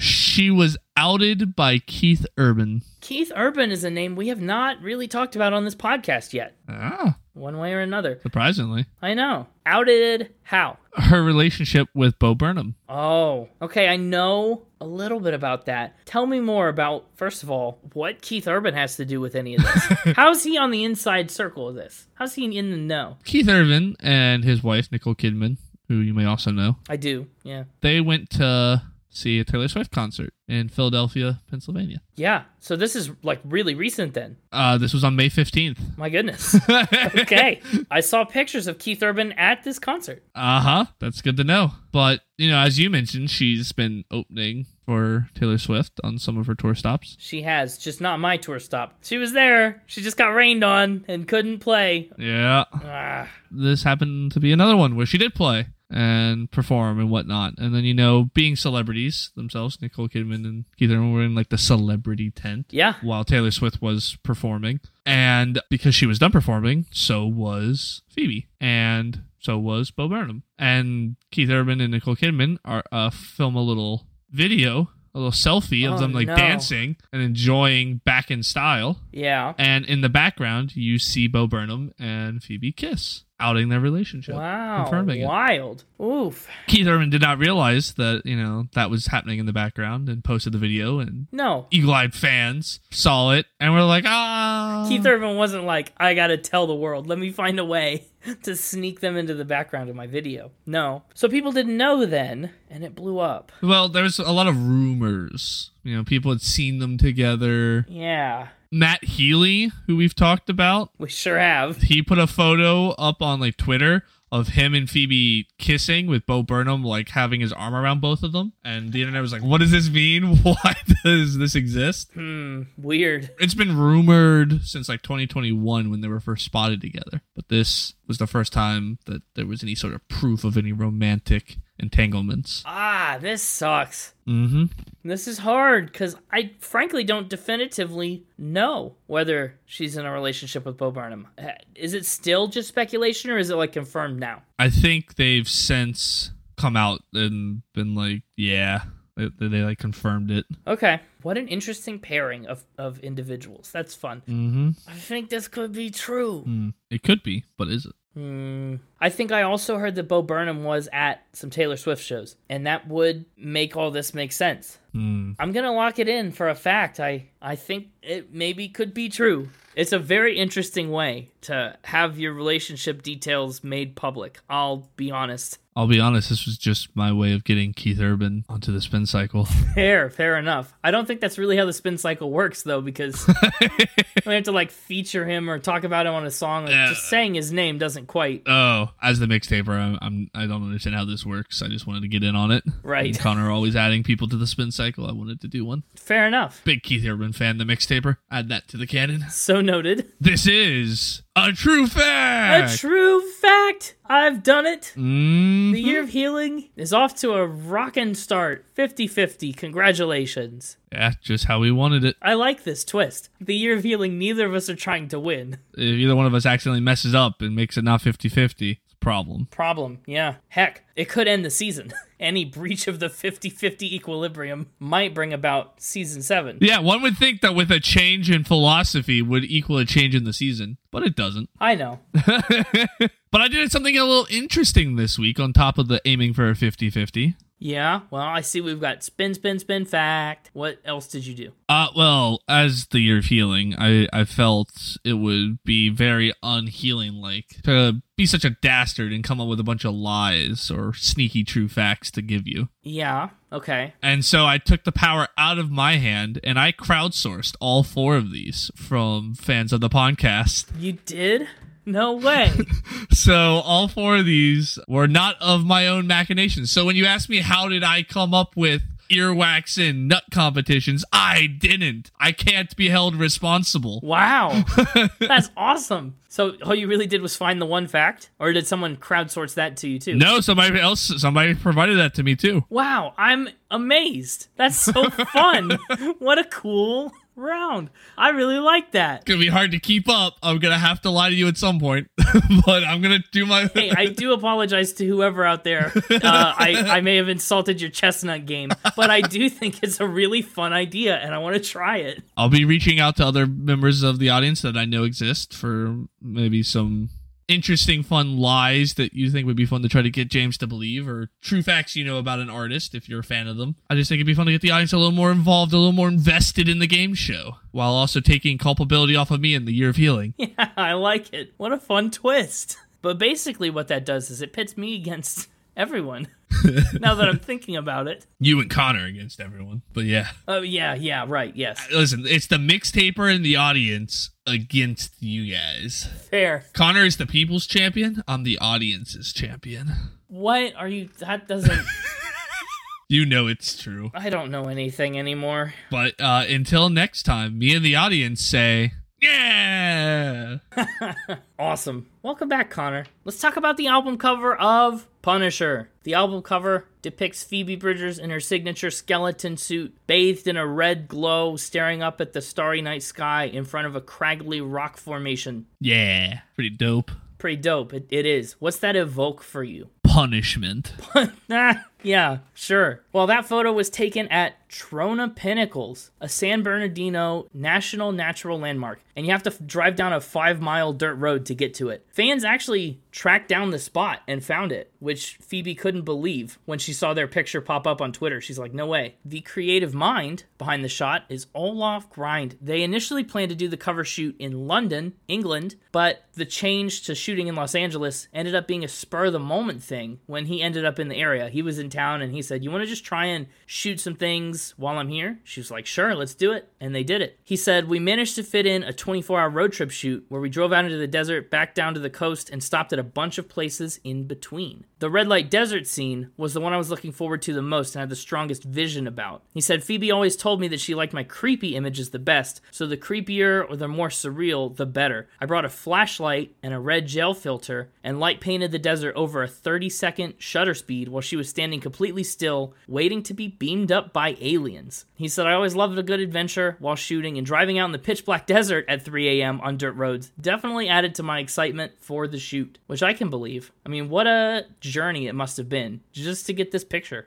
C: She was outed by Keith Urban.
A: Keith Urban is a name we have not really talked about on this podcast yet,
C: Ah,
A: one way or another.
C: surprisingly.
A: I know. Outed how?
C: Her relationship with Bo Burnham.
A: Oh, okay. I know a little bit about that. Tell me more about, first of all, what Keith Urban has to do with any of this. How's he on the inside circle of this? How's he in the know?
C: Keith Urban and his wife, Nicole Kidman, who you may also know,
A: I do. Yeah.
C: they went to see a Taylor Swift concert in Philadelphia, Pennsylvania.
A: Yeah. So this is like really recent then.
C: Uh, this was on May 15th.
A: My goodness. Okay. I saw pictures of Keith Urban at this concert.
C: Uh huh. That's good to know. But, you know, as you mentioned, she's been opening for Taylor Swift on some of her tour stops.
A: She has, just not my tour stop. She was there. She just got rained on and couldn't play.
C: Yeah.
A: Ah,
C: This happened to be another one where she did play and perform and whatnot. And then, you know, being celebrities themselves, Nicole Kidman and Keith Urban were in like the celebrity tent.
A: yeah.
C: while Taylor Swift was performing. And because she was done performing, so was Phoebe. And so was Bo Burnham. And Keith Urban and Nicole Kidman are uh, film a little video, a little selfie of
A: Oh,
C: them like
A: no.
C: dancing and enjoying back in style.
A: Yeah.
C: And in the background, you see Bo Burnham and Phoebe kiss, outing their relationship.
A: Wow.
C: Confirming it.
A: Wild. Oof.
C: Keith Urban did not realize that, you know, that was happening in the background and posted the video and
A: No.
C: eagle-eyed fans saw it and were like, ah.
A: Keith Urban wasn't like, I gotta tell the world. Let me find a way (laughs) to sneak them into the background of my video. No. So people didn't know then, and it blew up.
C: Well, there was a lot of rumors. You know, people had seen them together.
A: Yeah.
C: Matt Healy, who we've talked about,
A: We sure have.
C: he put a photo up on like Twitter of him and Phoebe kissing with Bo Burnham like having his arm around both of them. And the internet was like, "What does this mean? (laughs) Why does this exist?"
A: Hmm. Weird.
C: It's been rumored since like 2021 when they were first spotted together. But this was the first time that there was any sort of proof of any romantic entanglements.
A: Ah, this sucks.
C: Mhm.
A: This is hard because I frankly don't definitively know whether she's in a relationship with Bo Burnham. Uh, Is it still just speculation or is it like confirmed now?
C: I think they've since come out and been like, yeah, They, they, they, like confirmed it.
A: Okay. What an interesting pairing of, of individuals. That's fun.
C: Mm-hmm. Hmm.
A: I think this could be true.
C: It could be, but is it?
A: Hmm. I think I also heard that Bo Burnham was at some Taylor Swift shows, and that would make all this make sense.
C: Mm.
A: I'm gonna lock it in for a fact. I I think it maybe could be true. It's a very interesting way to have your relationship details made public. I'll be honest.
C: I'll be honest, this was just my way of getting Keith Urban onto the spin cycle. (laughs)
A: Fair, fair enough. I don't think that's really how the spin cycle works though, because we have to like feature him or talk about him on a song. Like,
C: Yeah.
A: Just saying his name doesn't quite.
C: oh, as the mixtaper, I'm, I'm I don't understand how this works. I just wanted to get in on it.
A: Right.
C: And Connor always adding people to the spin cycle. I wanted to do one.
A: Fair enough.
C: Big Keith Urban fan, the mixtaper. Add that to the canon.
A: So noted.
C: This is a true fact.
A: A true fact. I've done it.
C: Mm.
A: The year of healing is off to a rockin' start. 50-50. Congratulations.
C: Yeah, just how we wanted it.
A: I like this twist. The year of healing, neither of us are trying to win.
C: If either one of us accidentally messes up and makes it not 50 50, it's a problem.
A: Problem, yeah. Heck, it could end the season. (laughs) Any breach of the 50 50 equilibrium might bring about season 7.
C: Yeah, one would think that with a change in philosophy would equal a change in the season, but it doesn't.
A: I know.
C: But I did something a little interesting this week on top of the aiming for a 50 50.
A: Yeah, well, I see we've got spin, spin, spin, fact. What else did you do?
C: Uh, well, as the year of healing, I, I felt it would be very unhealing like to be such a dastard and come up with a bunch of lies or sneaky true facts to give you.
A: Yeah, okay.
C: And so I took the power out of my hand and I crowdsourced all four of these from fans of the podcast.
A: You did? No way.
C: So all four of these were not of my own machinations. So when you ask me how did I come up with earwax and nut competitions, I didn't. I can't be held responsible.
A: wow. That's awesome. So, all you really did was find the one fact? Or did someone crowdsource that to you too?
C: No, somebody else somebody provided that to me too.
A: Wow, I'm amazed. That's so fun. what a cool round. I really like that.
C: Gonna be hard to keep up. I'm gonna have to lie to you at some point. (laughs) but I'm gonna do my
A: Hey, I do apologize to whoever out there. Uh, I, I may have insulted your chestnut game, but I do think it's a really fun idea and I want to try it. (laughs)
C: I'll be reaching out to other members of the audience that I know exist for maybe some interesting, fun lies that you think would be fun to try to get James to believe, or true facts you know about an artist if you're a fan of them. I just think it'd be fun to get the audience a little more involved, a little more invested in the game show, while also taking culpability off of me in the year of healing.
A: Yeah, I like it. What a fun twist. But basically, what that does is it pits me against everyone now that I'm thinking about it.
C: You and Connor against everyone. But yeah.
A: Oh, yeah, yeah, right, yes.
C: Listen, it's the mixtaper and the audience against you guys.
A: Fair.
C: Connor is the people's champion. I'm the audience's champion.
A: What are you? That doesn't.
C: You know it's true.
A: I don't know anything anymore.
C: But uh, until next time, me and the audience say, yeah.
A: Awesome. Welcome back, Connor. Let's talk about the album cover of Punisher. The album cover depicts Phoebe Bridgers in her signature skeleton suit, bathed in a red glow, staring up at the starry night sky in front of a craggly rock formation.
C: Yeah. Pretty dope.
A: Pretty dope. It, it is. What's that evoke for you?
C: Punishment.
A: Ah, yeah, sure. Well, that photo was taken at Trona Pinnacles, a San Bernardino National Natural Landmark, and you have to f- drive down a five mile dirt road to get to it. Fans actually tracked down the spot and found it, which Phoebe couldn't believe when she saw their picture pop up on Twitter. She's like, no way. The creative mind behind the shot is Olaf Grind. They initially planned to do the cover shoot in London, England, but the change to shooting in Los Angeles ended up being a spur of the moment thing when he ended up in the area. He was in town and he said, You want to just try and shoot some things while I'm here? She was like, Sure, let's do it. And they did it. He said, We managed to fit in a 24 hour road trip shoot where we drove out into the desert, back down to the coast, and stopped at a bunch of places in between. The red light desert scene was the one I was looking forward to the most and had the strongest vision about. He said, Phoebe always told me that she liked my creepy images the best, so the creepier or the more surreal, the better. I brought a flashlight and a red gel filter and light painted the desert over a 30 second shutter speed while she was standing standing completely still, waiting to be beamed up by aliens. He said, I always loved a good adventure while shooting and driving out in the pitch black (laughs) desert at 3 a.m. on dirt roads definitely added to my excitement for the shoot, which I can believe. I mean, what a journey it must have been just to get this picture.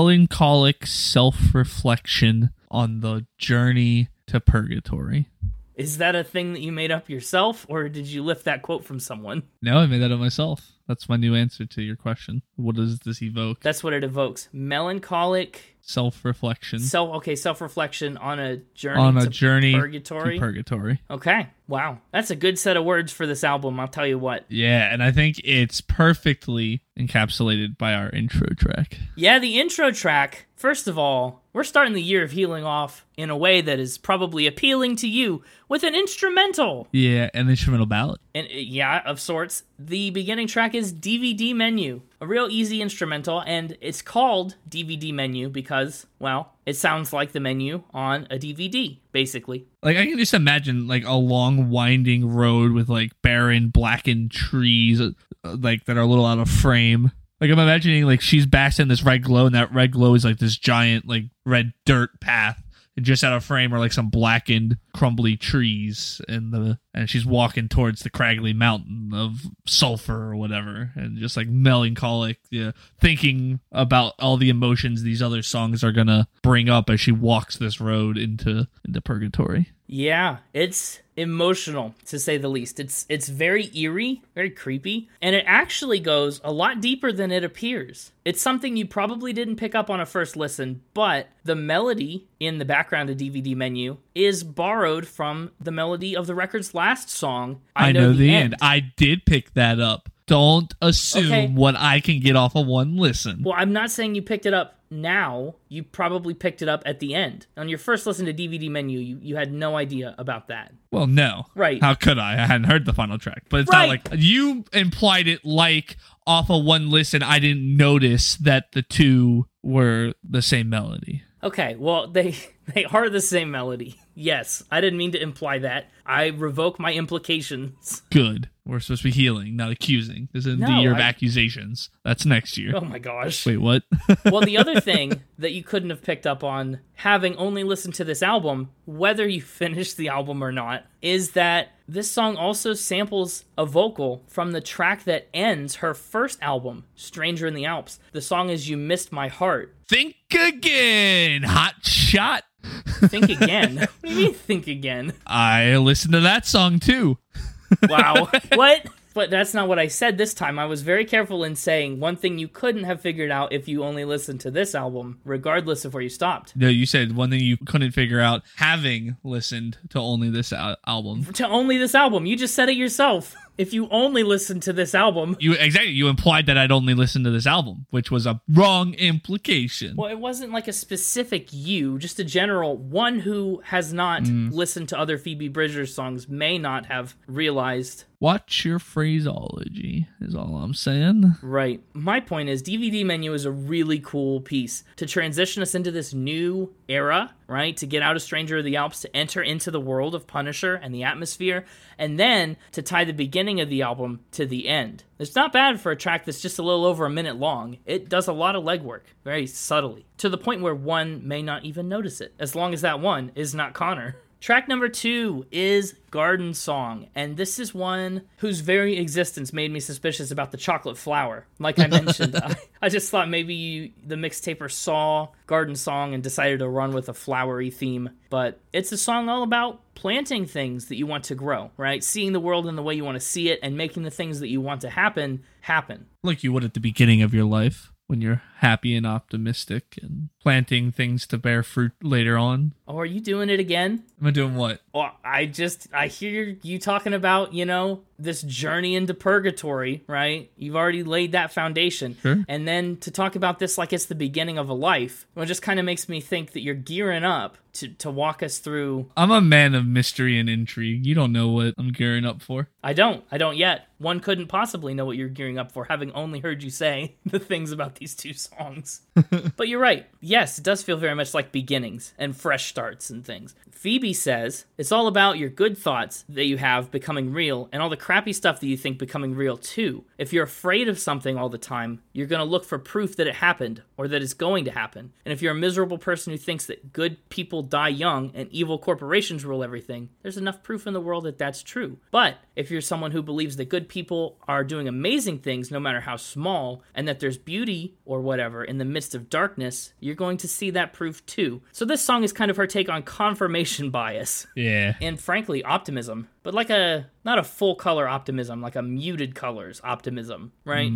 C: Melancholic self reflection on the journey to purgatory.
A: Is that a thing that you made up yourself, or did you lift that quote from someone?
C: No, I made that up myself. That's my new answer to your question. What does this evoke?
A: That's what it evokes. Melancholic
C: Self reflection
A: self okay, self reflection on a journey
C: on a
A: to
C: journey
A: purgatory.
C: to purgatory.
A: okay. Wow. That's a good set of words for this album, I'll tell you what.
C: Yeah, and I think it's perfectly encapsulated by our intro track.
A: Yeah, the intro track, first of all, we're starting the year of healing off in a way that is probably appealing to you with an instrumental.
C: Yeah, an instrumental ballad.
A: And uh, yeah, of sorts. The beginning track is DVD Menu, a real easy instrumental, and it's called DVD Menu because, well, it sounds like the menu on a DVD, basically.
C: Like I can just imagine like a long winding road with like barren blackened trees uh, like that are a little out of frame. Like I'm imagining like she's basking in this red glow and that red glow is like this giant like red dirt path and just out of frame are like some blackened crumbly trees and the and she's walking towards the craggly mountain of sulfur or whatever and just like melancholic yeah, thinking about all the emotions these other songs are going to bring up as she walks this road into into purgatory.
A: Yeah, it's emotional to say the least. It's it's very eerie, very creepy, and it actually goes a lot deeper than it appears. It's something you probably didn't pick up on a first listen, but the melody in the background of DVD menu is borrowed from the melody of the record's last song,
C: I know, the, end. I did pick that up. Don't assume
A: Okay.
C: what I can get off of one listen.
A: Well, I'm not saying you picked it up now. You probably picked it up at the end. On your first listen to DVD menu, you, you had no idea about that.
C: Well, no.
A: Right.
C: How could I? I hadn't heard the final track. But it's
A: Right.
C: not like you implied it like off of one listen I didn't notice that the two were the same melody.
A: Okay, well they (laughs) they are the same melody. Yes, I didn't mean to imply that. I revoke my implications. (laughs)
C: Good. We're supposed to be healing, not accusing. This isn't the
A: No,
C: year of
A: I-
C: accusations. That's next year.
A: Oh my gosh.
C: Wait, what? (laughs)
A: Well, the other thing that you couldn't have picked up on having only listened to this album, whether you (laughs) finished the album or not, is that this song also samples a vocal from the track that ends her first album, Stranger in the Alps. The song is You Missed My Heart.
C: Think again, hot shot.
A: Think again. what do you mean think again?
C: I listened to that song too.
A: Wow. (laughs) what? But that's not what I said this time. I was very careful in saying one thing you couldn't have figured out if you only listened to this album, regardless of where you stopped.
C: No, you said one thing you couldn't figure out having listened to only this al- album.
A: To only this album. You just said it yourself. If you only listened to this album.
C: You exactly. You implied that I'd only listened to this album, which was a wrong implication.
A: Well, it wasn't like a specific you, just a general one who has not listened to other Phoebe Bridgers songs may not have realized
C: Watch your phraseology. Is all I'm saying.
A: Right. My point is DVD menu is a really cool piece to transition us into this new era, right? To get out of Stranger of the Alps, to enter into the world of Punisher and the atmosphere, and then to tie the beginning of the album to the end. It's not bad for a track that's just a little over a minute long. It does a lot of legwork, very subtly, to the point where one may not even notice it, as long as that one is not Connor. (laughs) Track number two is Garden Song, and this is one whose very existence made me suspicious about the chocolate flower. Like I mentioned, I, I just thought maybe you, the mixtaper saw Garden Song and decided to run with a flowery theme, but it's a song all about planting things that you want to grow, right? Seeing the world in the way you want to see it and making the things that you want to happen happen.
C: like you would at the beginning of your life when you're happy and optimistic and planting things to bear fruit later on.
A: Oh, are you doing it again?
C: Am I doing what?
A: Well, I just I hear you talking about you know this journey into purgatory, right? You've already laid that foundation,
C: Sure.
A: and then to talk about this like it's the beginning of a life, well, it just kind of makes me think that you're gearing up to to walk us through.
C: I'm a man of mystery and intrigue. You don't know what I'm gearing up for.
A: I don't, I don't yet. One couldn't possibly know what you're gearing up for, having only heard you say (laughs) the things about these two songs. but you're right. Yes, it does feel very much like beginnings and fresh starts and things. Phoebe says It's all about your good thoughts that you have becoming real and all the crappy stuff that you think becoming real too. If you're afraid of something all the time, you're going to look for proof that it happened or that it's going to happen. And if you're a miserable person who thinks that good people die young and evil corporations rule everything, there's enough proof in the world that that's true. But if you're someone who believes that good people are doing amazing things no matter how small and that there's beauty or whatever in the midst of darkness, you're going to see that proof too. So this song is kind of her take on confirmation (laughs) bias
C: Yeah.
A: and frankly optimism but like a not a full color optimism like a muted colors optimism right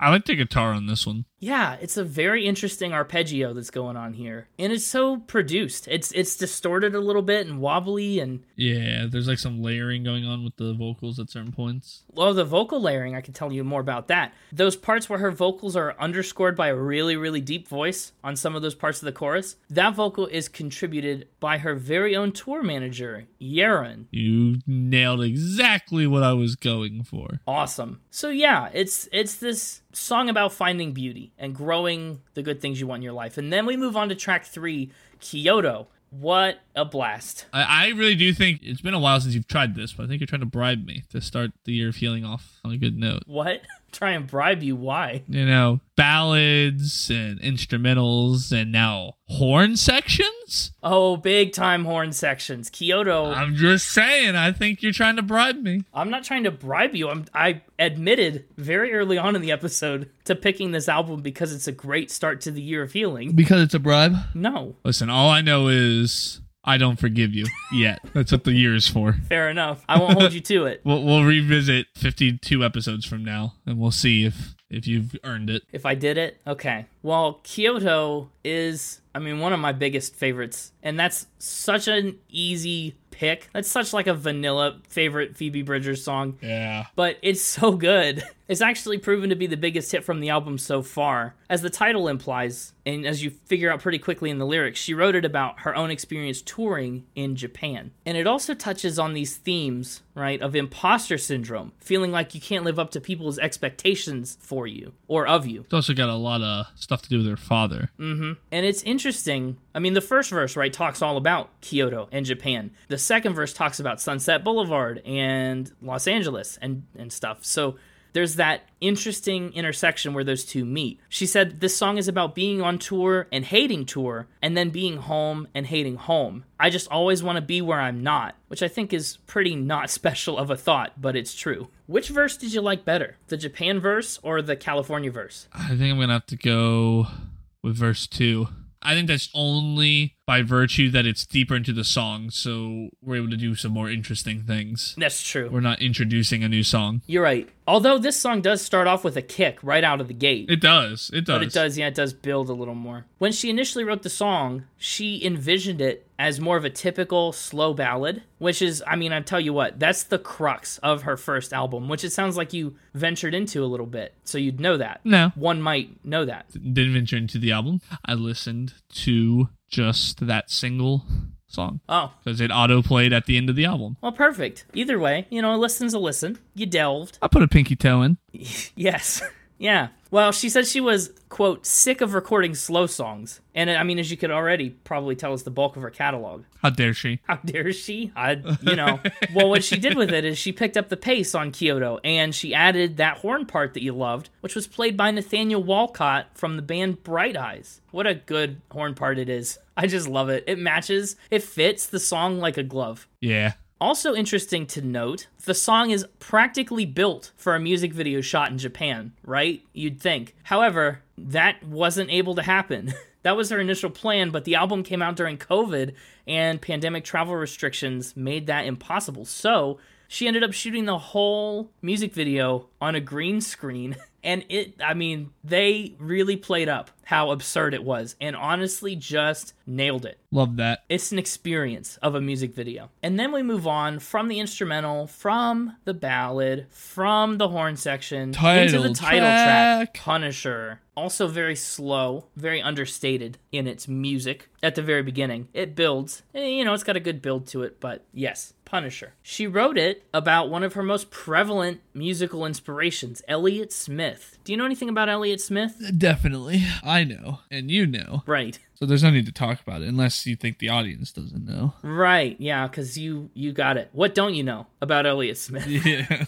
C: I like the guitar on this one.
A: yeah it's a very interesting arpeggio that's going on here and it's so produced it's it's distorted a little bit and wobbly and
C: Yeah, there's like some layering going on with the vocals at certain points.
A: well the vocal layering i can tell you more about that those parts where her vocals are underscored by a really really deep voice on some of those parts of the chorus that vocal is contributed by her very own tour manager Yaron
C: You nailed exactly what I was going for.
A: awesome. So yeah, it's it's this song about finding beauty and growing the good things you want in your life. And then we move on to track 3, Kyoto. What a blast.
C: I, I really do think it's been a while since you've tried this, but I think you're trying to bribe me to start the year of healing off on a good note.
A: What? (laughs) Try and bribe you why?
C: You know, ballads and instrumentals and now horn sections?
A: Oh, big time horn sections. Kyoto. I'm,
C: I'm just saying, I think you're trying to bribe me.
A: not trying to bribe you. I'm I admitted very early on in the episode to picking this album because it's a great start to the year of healing.
C: Because it's a bribe?
A: No.
C: Listen, all I know is I don't forgive you yet. That's what the year is for.
A: Fair enough. I won't hold you to
C: (laughs)
A: it.
C: We'll, we'll revisit 52 episodes from now, and we'll see if if you've earned it.
A: If I did it, okay. Well, Kyoto is, I mean, one of my biggest favorites, and that's such an easy pick. That's such like a vanilla favorite Phoebe Bridgers song,
C: Yeah.
A: but it's (laughs) so good. It's actually proven to be the biggest hit from the album so far. As the title implies, and as you figure out pretty quickly in the lyrics, she wrote it about her own experience touring in Japan. And it also touches on these themes, right, of imposter syndrome, feeling like you can't live up to people's expectations for you or of you.
C: It's also got a lot of stuff to do with her father.
A: And it's interesting. I mean, the first verse, right, talks all about Kyoto and Japan. The second verse talks about Sunset Boulevard and Los Angeles and, and stuff. So there's that interesting intersection where those two meet. She said this song is about being on tour and hating tour and then being home and hating home. I just always want to be where I'm not, which I think is pretty not (laughs) special of a thought, but it's true. Which verse did you like better? The Japan verse or the California verse?
C: I think I'm going to have to go with verse 2. I think that's only by virtue that it's deeper into the song, so we're able to do some more interesting things.
A: That's true.
C: We're not introducing a new song.
A: You're right. Although this song does start off with a kick right out of the gate.
C: It does. It does.
A: but it does, yeah, it does build a little more. When she initially wrote the song, she envisioned it as more of a typical slow ballad, which is, I mean, I tell you what, that's the crux of her first album, which it sounds like you ventured into a little bit. So you'd know that.
C: No.
A: One might know that.
C: Didn't venture into the album. I listened to just that single song
A: Oh,
C: because it auto played at the end of the album.
A: well, perfect. Either way, you know, a listen's a listen. You delved.
C: I put a pinky toe in.
A: Yes. (laughs) Yeah. Well, she said she was, quote, sick of recording slow songs. And I mean, as you could already probably tell, is the bulk of her catalog. (laughs)
C: How dare she?
A: How dare she? I, you know. well, what she did with it is she picked up the pace on Kyoto and she added that horn part that you loved, which was played by Nathaniel Walcott from the band Bright Eyes. What a good horn part it is. I just love it. It matches, it fits the song like a glove.
C: Yeah.
A: Also interesting to note, the song is practically built for a music video shot in Japan, right? You'd think. However, that wasn't able to happen. (laughs) that was her initial plan, but the album came out during COVID and pandemic travel restrictions made that impossible. So, she ended up shooting the whole music video on a green screen (laughs) and it i mean they really played up how absurd it was and honestly just nailed it
C: Love that.
A: it's an experience of a music video. And then we move on from the instrumental, from the ballad, from the horn section into the
C: Title
A: title track.
C: track.
A: Punisher. Also very slow, very understated in its music at the very beginning. It builds, eh, you know, it's got a good build to it, but yes, Punisher. She wrote it about one of her most prevalent musical inspirations, Elliott Smith. Do you know anything about Elliott Smith?
C: Definitely. I know. And you know.
A: Right.
C: So there's no need to talk about it unless you think the audience doesn't know.
A: Right, yeah, because you you got it. What don't you know about Elliott Smith?
C: (laughs) Yeah.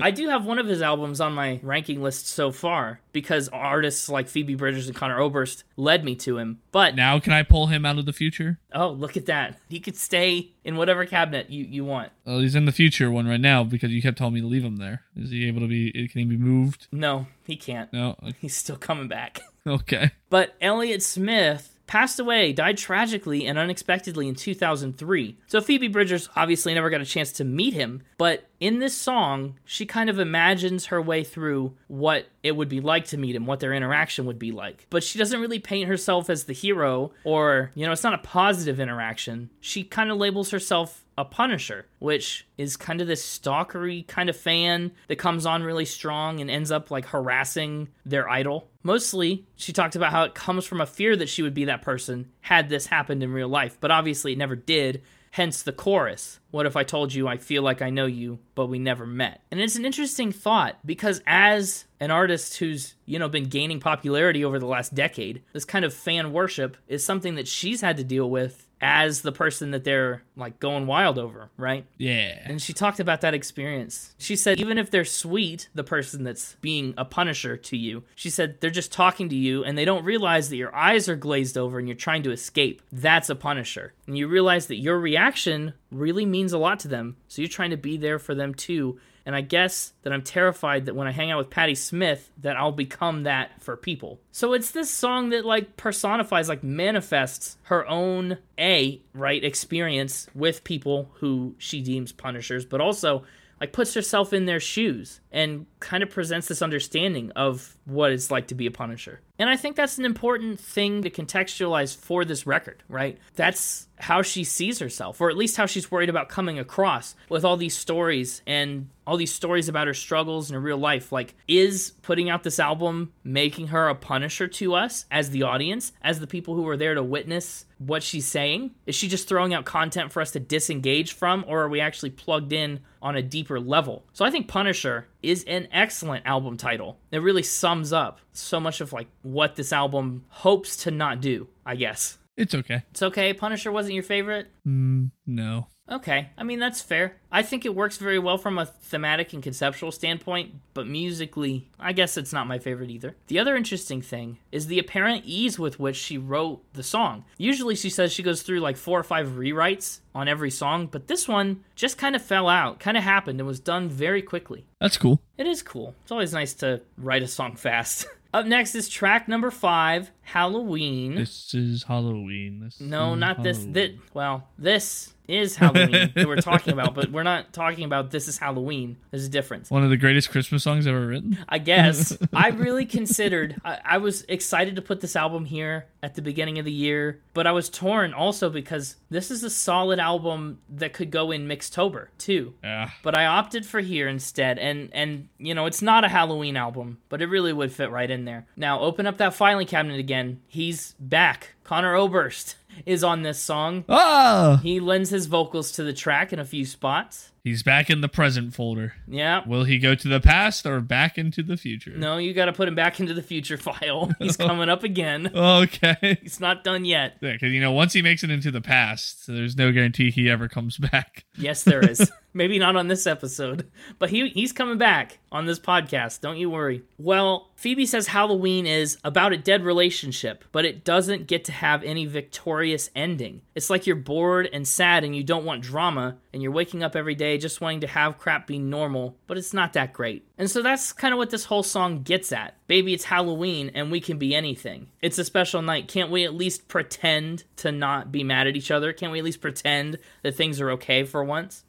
A: I do have one of his albums on my ranking list so far because artists like Phoebe Bridgers and Connor Oberst led me to him. But
C: now can I pull him out of the future?
A: oh, look at that. He could stay in whatever cabinet you, you want.
C: Oh, he's in the future one right now because you kept telling me to leave him there. Is he able to be? Can he be moved?
A: No, he can't.
C: No. (laughs)
A: He's still coming back. (laughs)
C: Okay.
A: But Elliott Smith passed away, died tragically and unexpectedly in 2003. So Phoebe Bridgers obviously never got a chance to meet him, but in this song, she kind of imagines her way through what it would be like to meet him, what their interaction would be like. But she doesn't really paint herself as the hero or, you know, it's not a positive interaction. She kind of labels herself a punisher, which is kind of this stalkery kind of fan that comes on really strong and ends up like harassing their idol. Mostly, she talked about how it comes from a fear that she would be that person had this happened in real life, but obviously it never did. Hence the chorus. What if I told you I feel like I know you, but we never met? And it's an interesting thought because as an artist who's, you know, been gaining popularity over the last decade, this kind of fan worship is something that she's had to deal with as the person that they're like going wild over, right?
C: Yeah.
A: And she talked about that experience. She said, even if they're sweet, the person that's being a punisher to you, she said, they're just talking to you and they don't realize that your eyes are glazed over and you're trying to escape. That's a punisher. And you realize that your reaction really means a lot to them. So you're trying to be there for them too. And I guess that I'm terrified that when I hang out with Patti Smith, that I'll become that for people. So it's this song that like personifies, like manifests her own a right experience with people who she deems punishers, but also like puts herself in their shoes and kind of presents this understanding of what it's like to be a punisher. And I think that's an important thing to contextualize for this record, right? That's how she sees herself, or at least how she's worried about coming across with all these stories and all these stories about her struggles in her real life. Like, is putting out this album making her a punisher to us as the audience, as the people who are there to witness what she's saying? Is she just throwing out content for us to disengage from, or are we actually plugged in on a deeper level? So I think Punisher is an excellent album title. It really sums up so much of like what this album hopes to not do, I guess.
C: It's okay.
A: It's okay, Punisher wasn't your favorite?
C: No.
A: Okay, I mean that's fair. I think it works very well from a thematic and conceptual standpoint, but musically, I guess it's not my favorite either. The other interesting thing is the apparent ease with which she wrote the song. Usually she says she goes through like 4 or 5 rewrites on every song, but this one just kind of fell out, kind of happened and was done very quickly.
C: That's cool.
A: It is cool. It's always nice to write a song (laughs) fast. Up next is track number 5, Halloween.
C: This is Halloween. This
A: No,
C: is
A: not this. That
C: Mm, Halloween.
A: well, this is Halloween that we're talking about, but we're not talking about this is Halloween. There's a difference.
C: One of the greatest Christmas songs ever written.
A: I guess I really considered. I, I was excited to put this album here at the beginning of the year, but I was torn also because this is a solid album that could go in Mixtober too.
C: Yeah.
A: But I opted for here instead, and and you know it's not a Halloween album, but it really would fit right in there. Now open up that filing cabinet again. He's back. Connor Oberst (laughs) is on this song.
C: Oh,
A: He lends his vocals to the track in a few spots.
C: he's back in the present folder.
A: Yeah.
C: Will he go to the past or back into the future?
A: No, you got to put him back into the future (laughs) file. He's coming up again.
C: Okay.
A: He's not done yet.
C: Yeah, because you know, once he makes it into the past, there's no guarantee he ever comes (laughs) back.
A: Yes, there is. Maybe not on this episode, but he he's coming back on this podcast. Don't you worry. Well, Phoebe says Halloween is about a dead relationship, but it doesn't get to have any victorious ending. It's like you're bored and sad and you don't want drama and you're waking up every day just wanting to have crap be normal, but it's not that great. And so that's kind of what this whole song gets at. Baby, it's Halloween and we can be anything. It's a special night. Can't we at least pretend to not be mad at each other? Can't we at least pretend that things are okay for once?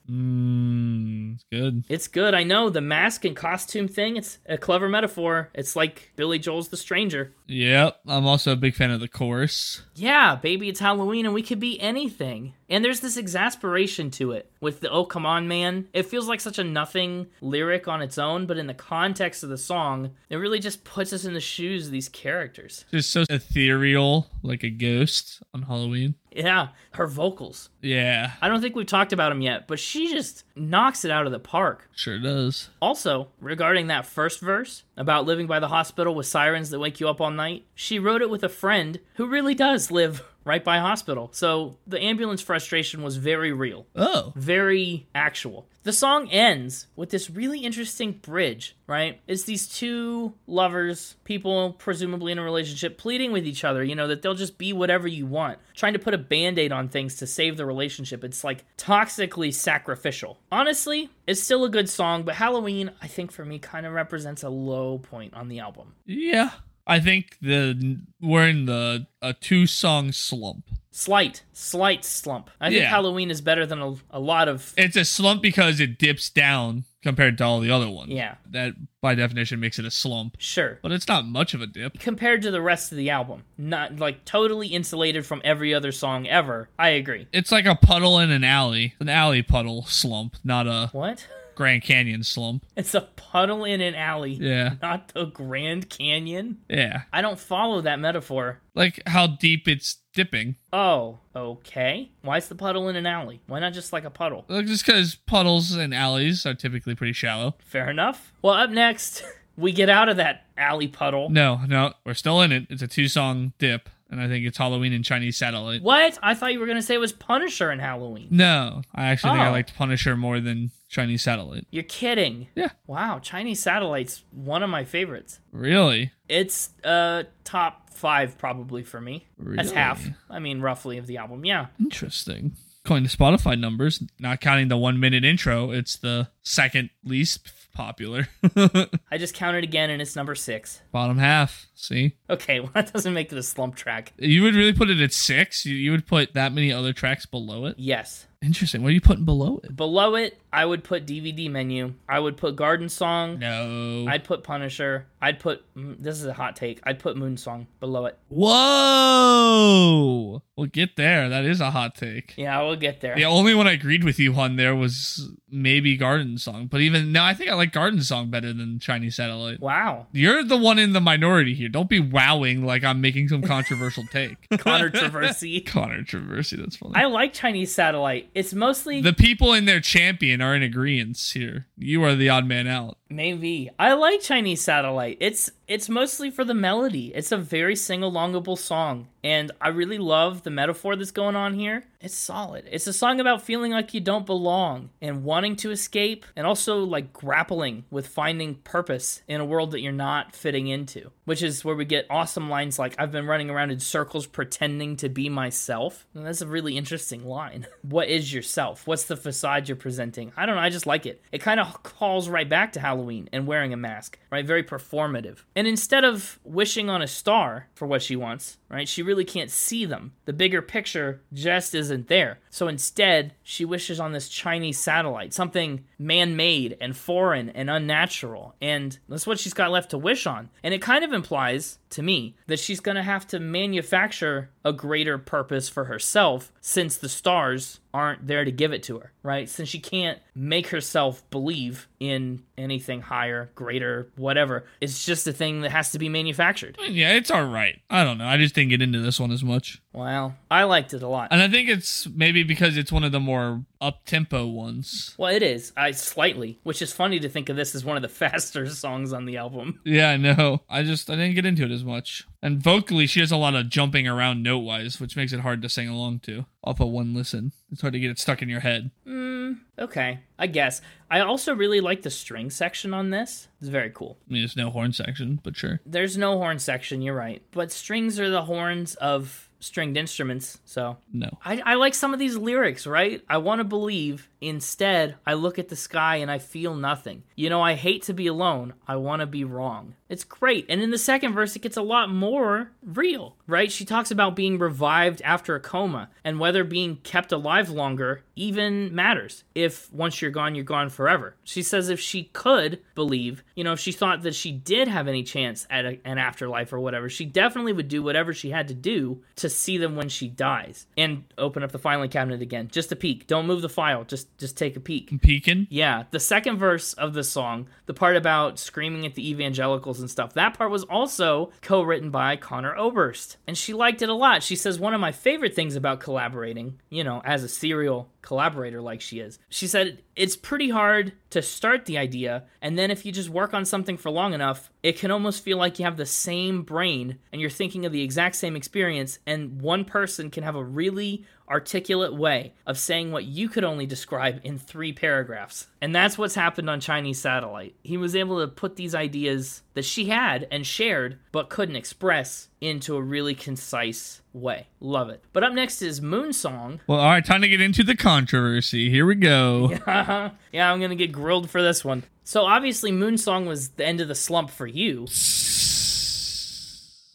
C: Mmm, it's good.
A: It's good. I know the mask and costume thing, it's a clever metaphor. It's like Billy Joel's The Stranger.
C: Yep, I'm also a big fan of the chorus.
A: Yeah, baby, it's Halloween and we could be anything. And there's this exasperation to it with the Oh Come On Man. It feels like such a nothing lyric on its own, but in the context of the song, it really just puts us in the shoes of these characters.
C: Just so ethereal, like a ghost on Halloween.
A: Yeah, her vocals.
C: Yeah,
A: I don't think we've talked about them yet, but she just knocks it out of the park.
C: sure does.
A: Also, regarding that first verse about living by the hospital with sirens that wake you up all night, she wrote it with a friend who really does live (laughs) right by hospital. So the ambulance frustration was very real
C: Oh,
A: very actual. The song ends with this really interesting bridge, right? It's these two lovers, people presumably in a relationship, pleading with each other, you know, that they'll just be whatever you want, trying to put a band aid on things to save the relationship. It's like toxically sacrificial. Honestly, it's still a good song, but Halloween, I think for me, kind of represents a low point on the album.
C: yeah. I think the we're in the a two song slump.
A: Slight, slight slump. I think
C: Yeah.
A: Halloween is better than a, a lot of.
C: It's a slump because it dips down compared to all the other ones.
A: Yeah.
C: that by definition makes it a slump,
A: Sure.
C: but it's not much of a dip.
A: compared to the rest of the album. Not like totally insulated from every other song ever. I agree.
C: It's like a puddle in an alley, an alley puddle slump, not a
A: What? (laughs)
C: Grand Canyon slump.
A: It's a puddle in an alley,
C: Yeah,
A: not the Grand Canyon.
C: yeah.
A: I don't follow that metaphor.
C: Like how deep it's dipping.
A: Oh, okay. Why is the puddle in an alley? Why not just like a puddle?
C: Like just because puddles and alleys are typically pretty shallow.
A: Fair enough. Well, up next, (laughs) we get out of that alley puddle.
C: No, no, we're still in it. It's a two song dip, and I think it's Halloween and Chinese Satellite.
A: What? I thought you were going to say it was Punisher and Halloween.
C: No, I actually think I
A: Oh.
C: liked Punisher more than Chinese Satellite.
A: You're kidding.
C: Yeah.
A: Wow, Chinese Satellite's one of my favorites.
C: Really?
A: It's uh top five probably for me. That's
C: Really?
A: half. I mean, roughly of the album. Yeah.
C: Interesting. According to Spotify numbers, not counting the one minute intro, it's the second least popular. (laughs)
A: I just counted again, and it's number six.
C: Bottom half. See?
A: Okay, (laughs) well that doesn't make it a slump track.
C: You would really put it at six? You, you would put that many other tracks below it?
A: Yes.
C: Interesting. What are you putting below it?
A: Below it, I would put DVD menu. I would put Garden Song.
C: No.
A: I'd put Punisher. I'd put mm, this is a hot take. I'd put Moon Song below it.
C: Whoa! Well, get there. That is a hot take.
A: Yeah, we'll get there.
C: The only one I agreed with you on there was maybe Garden Song, but even now I think I like Garden Song better than Chinese Satellite.
A: Wow.
C: You're the one in the minority here. Don't be wowing like I'm making
A: (laughs)
C: some controversial take. (laughs)
A: Controversy.
C: Controversy, that's funny.
A: I like Chinese Satellite. It's mostly
C: the people in their champion are in agreement here. You are the odd man out.
A: Maybe. I like Chinese Satellite. It's it's mostly for the melody. It's a very sing-alongable song, and I really love the metaphor that's going on here. It's solid. It's a song about feeling like you don't belong and wanting to escape and also like grappling with finding purpose in a world that you're not fitting into, which is where we get awesome lines like I've been running around in circles pretending to be myself. And that's a really interesting line. (laughs) what is yourself? What's the facade you're presenting? I don't know. I just like it. It kind of calls right back to Halloween and wearing a mask, right? Very performative. And instead of wishing on a star for what she wants, right? She really can't see them. The bigger picture just isn't there. So instead, she wishes on this Chinese satellite, something man made and foreign and unnatural. And that's what she's got left to wish on. And it kind of implies, to me, that she's going to have to manufacture a greater purpose for herself since the stars aren't there to give it to her, right? Since she can't make herself believe in anything higher, greater, whatever. It's just a thing that has to be manufactured.
C: Yeah, it's all right. I don't know. I just didn't get into this one as much.
A: Well, I liked it a lot.
C: And I think it's maybe because it's one of the more up tempo ones.
A: Well, it is. I slightly, which is funny to think of this as one of the (laughs) faster songs on the album.
C: Yeah, I know. I just I didn't get into it as much. And vocally, she does a lot of jumping around note wise, which makes it hard to sing along to off of one listen. It's hard to get it stuck in your head.
A: Okay, I guess. I also really like the string section on this. It's very cool.
C: I mean, there's no horn section, but sure.
A: There's no horn section, you're right. But strings are the horns of stringed instruments, so
C: No.
A: I, I like some of these lyrics, right? I want to believe. Instead, I look at the sky and I feel nothing. You know, I hate to be alone. I want to be wrong. It's great. And in the second verse, it gets a lot more real, right? She talks about being revived after a coma and whether being kept alive longer even matters. If once you're gone, you're gone forever. She says if she could believe, you know, if she thought that she did have any chance at a, an afterlife or whatever, she definitely would do whatever she had to do to see them when she dies. And open up the filing cabinet again, just a peek. Don't move the file. Just just take a peek.
C: Peeking?
A: Yeah, the second verse of the song, the part about screaming at the evangelical vocals and stuff. That part was also co written by Connor Oberst, and she liked it a lot. She says, One of my favorite things about collaborating, you know, as a serial collaborator like she is, she said, It's pretty hard to start the idea, and then if you just work on something for long enough, it can almost feel like you have the same brain and you're thinking of the exact same experience, and one person can have a really articulate way of saying what you could only describe in three paragraphs. And that's what's happened on Chinese Satellite. He was able to put these ideas that she had and shared, but couldn't express into a really concise way. Love it. But up next is Moonsong.
C: Well, all right, time to get into the controversy. Here we go.
A: (laughs) yeah, I'm going to get grilled for this one. So obviously, Moonsong was the end of the slump for you.
C: (laughs)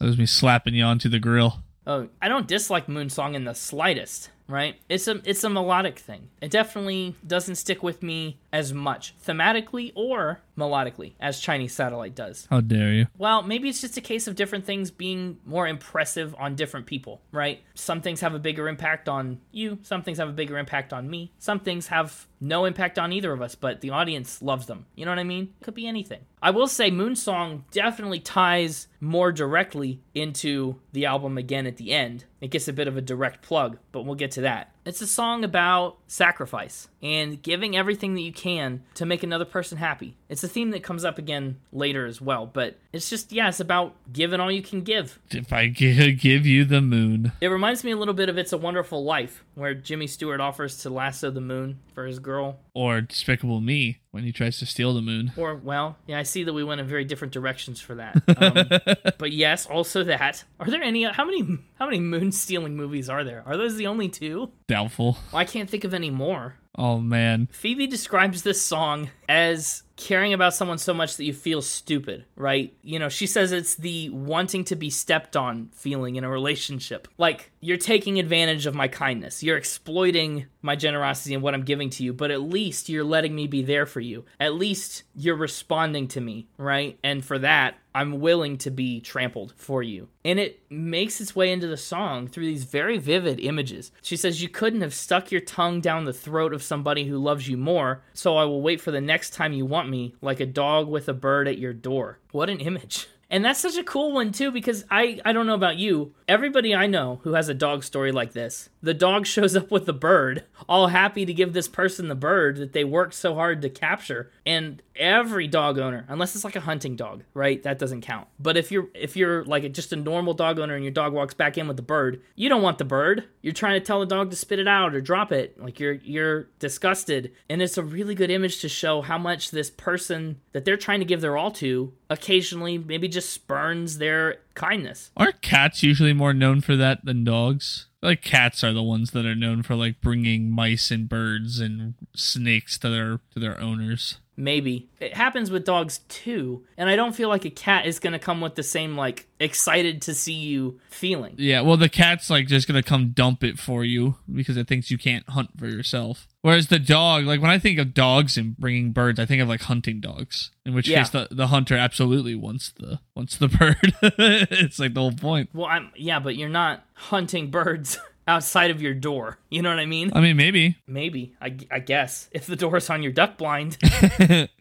C: That was me slapping you onto the grill.
A: Oh, I don't dislike Moonsong in the slightest, right? It's a it's a melodic thing. It definitely doesn't stick with me as much thematically or melodically as Chinese Satellite does.
C: How dare you?
A: Well, maybe it's just a case of different things being more impressive on different people, right? Some things have a bigger impact on you, some things have a bigger impact on me, some things have no impact on either of us, but the audience loves them. You know what I mean? Could be anything. I will say Moonsong definitely ties more directly into the album again at the end. It gets a bit of a direct plug, but we'll get to that. It's a song about sacrifice and giving everything that you can to make another person happy. It's a theme that comes up again later as well, but it's just, yeah, it's about giving all you can give.
C: If I gi- (laughs) give you the moon.
A: It reminds me a little bit of It's a Wonderful Life, where Jimmy Stewart offers to lasso the moon for his girl.
C: Or Despicable Me when he tries to steal the moon.
A: Or, well, yeah, I see that we went in very different directions for that. Um, but yes, also that. Are there any? How many? How many moon stealing movies are there? Are those the only two?
C: Doubtful.
A: Well, I can't think of any more.
C: Oh man.
A: Phoebe describes this song as caring about someone so much that you feel stupid, right? You know, she says it's the wanting to be stepped on feeling in a relationship. Like, you're taking advantage of my kindness. You're exploiting my generosity and what I'm giving to you, but at least you're letting me be there for you. At least you're responding to me, right? And for that, I'm willing to be trampled for you. And it makes its way into the song through these very vivid images. She says, You couldn't have stuck your tongue down the throat of somebody who loves you more, so I will wait for the next time you want me, like a dog with a bird at your door. What an image. And that's such a cool one too because I I don't know about you, everybody I know who has a dog story like this, the dog (laughs) shows up with the bird, all happy to give this person the bird that they worked so hard to capture. And every dog owner, unless it's like a hunting dog, right? That doesn't count. But if you're if you're like just a normal dog owner and your dog walks back in with the bird, you don't want the bird. You're trying to tell the dog to spit it out or drop it. Like you're you're disgusted. And it's a really good image to show how much this person that they're trying to give their all to occasionally maybe just spurns their kindness.
C: Aren't cats usually more known for that than dogs? Like cats are the ones that are known for like bringing mice and birds and snakes to their to their owners.
A: Maybe. It happens with dogs too, and I don't feel like a cat is going to come with the same like excited to see you feeling.
C: Yeah, well the cat's like just going to come dump it for you because it thinks you can't hunt for yourself. Whereas the dog, like when I think of dogs and bringing birds, I think of like hunting dogs. In which
A: Yeah.
C: case, the, the hunter absolutely wants the wants the (laughs) bird. it's like the whole point.
A: Well, I'm yeah, but you're not hunting birds (laughs) outside of your door. You know what I mean?
C: I mean, maybe
A: Maybe. I, I guess if the door is on your duck blind. (laughs)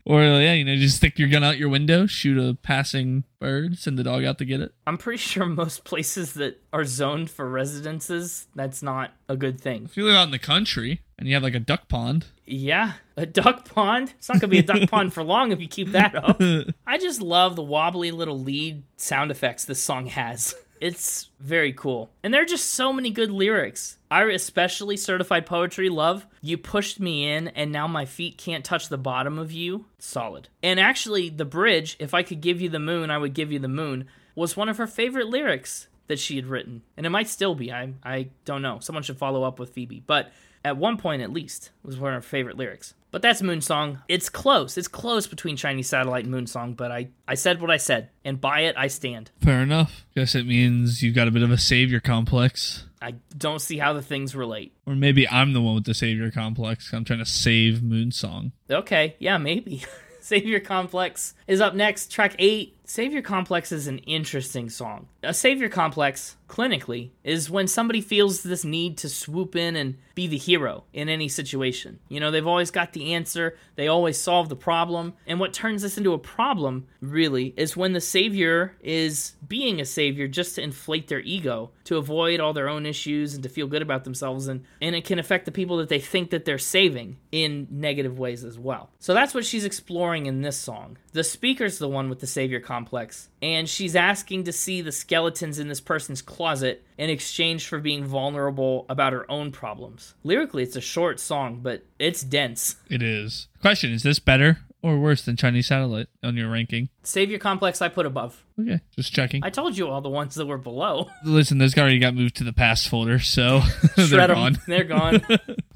C: or yeah, you know, just stick your gun out your window, shoot a passing bird, send the dog out to get it.
A: I'm pretty sure most places that are zoned for residences, that's not a good thing.
C: If you live out in the country and you have like a duck pond,
A: Yeah, a duck pond. It's not gonna be a duck pond for long if you keep that up. I just love the wobbly little lead sound effects this song has. It's very cool. And there are just so many good lyrics. I especially certified poetry love. You pushed me in, and now my feet can't touch the bottom of you. Solid. And actually, the bridge, if I could give you the moon, I would give you the moon, was one of her favorite lyrics that she had written. And it might still be. I, I don't know. Someone should follow up with Phoebe. But at one point, at least, was one of her favorite lyrics. But that's Moonsong. It's close. It's close between Chinese Satellite and Moonsong, but I, I said what I said, and by it I stand.
C: fair enough. Guess it means you've got a bit of a savior complex,
A: I don't see how the things relate.
C: or maybe I'm the one with the savior complex. I'm trying to save Moonsong.
A: (laughs) Okay, yeah, maybe. Savior Complex is up next. Track 8 Savior Complex is an interesting song. A savior complex, clinically, is when somebody feels this need to swoop in and be the hero in any situation. You know, they've always got the answer, they always solve the problem. And what turns this into a problem, really, is when the savior is being a savior just to inflate their ego, to avoid all their own issues and to feel good about themselves. And, and it can affect the people that they think that they're saving in negative ways as well. So that's what she's exploring in this song. The speaker's the one with the savior complex, and she's asking to see the skeletons in this person's closet in exchange for being vulnerable about her own problems. Lyrically, it's a short song, but it's dense.
C: It is. Question Is this better or worse than Chinese Satellite on your ranking?
A: Savior complex I put above.
C: Okay, just checking.
A: I told you all the ones that were below.
C: Listen, those already got moved to the past folder, so (laughs) they're
A: Shred 'em.
C: gone.
A: They're
C: (laughs)
A: gone.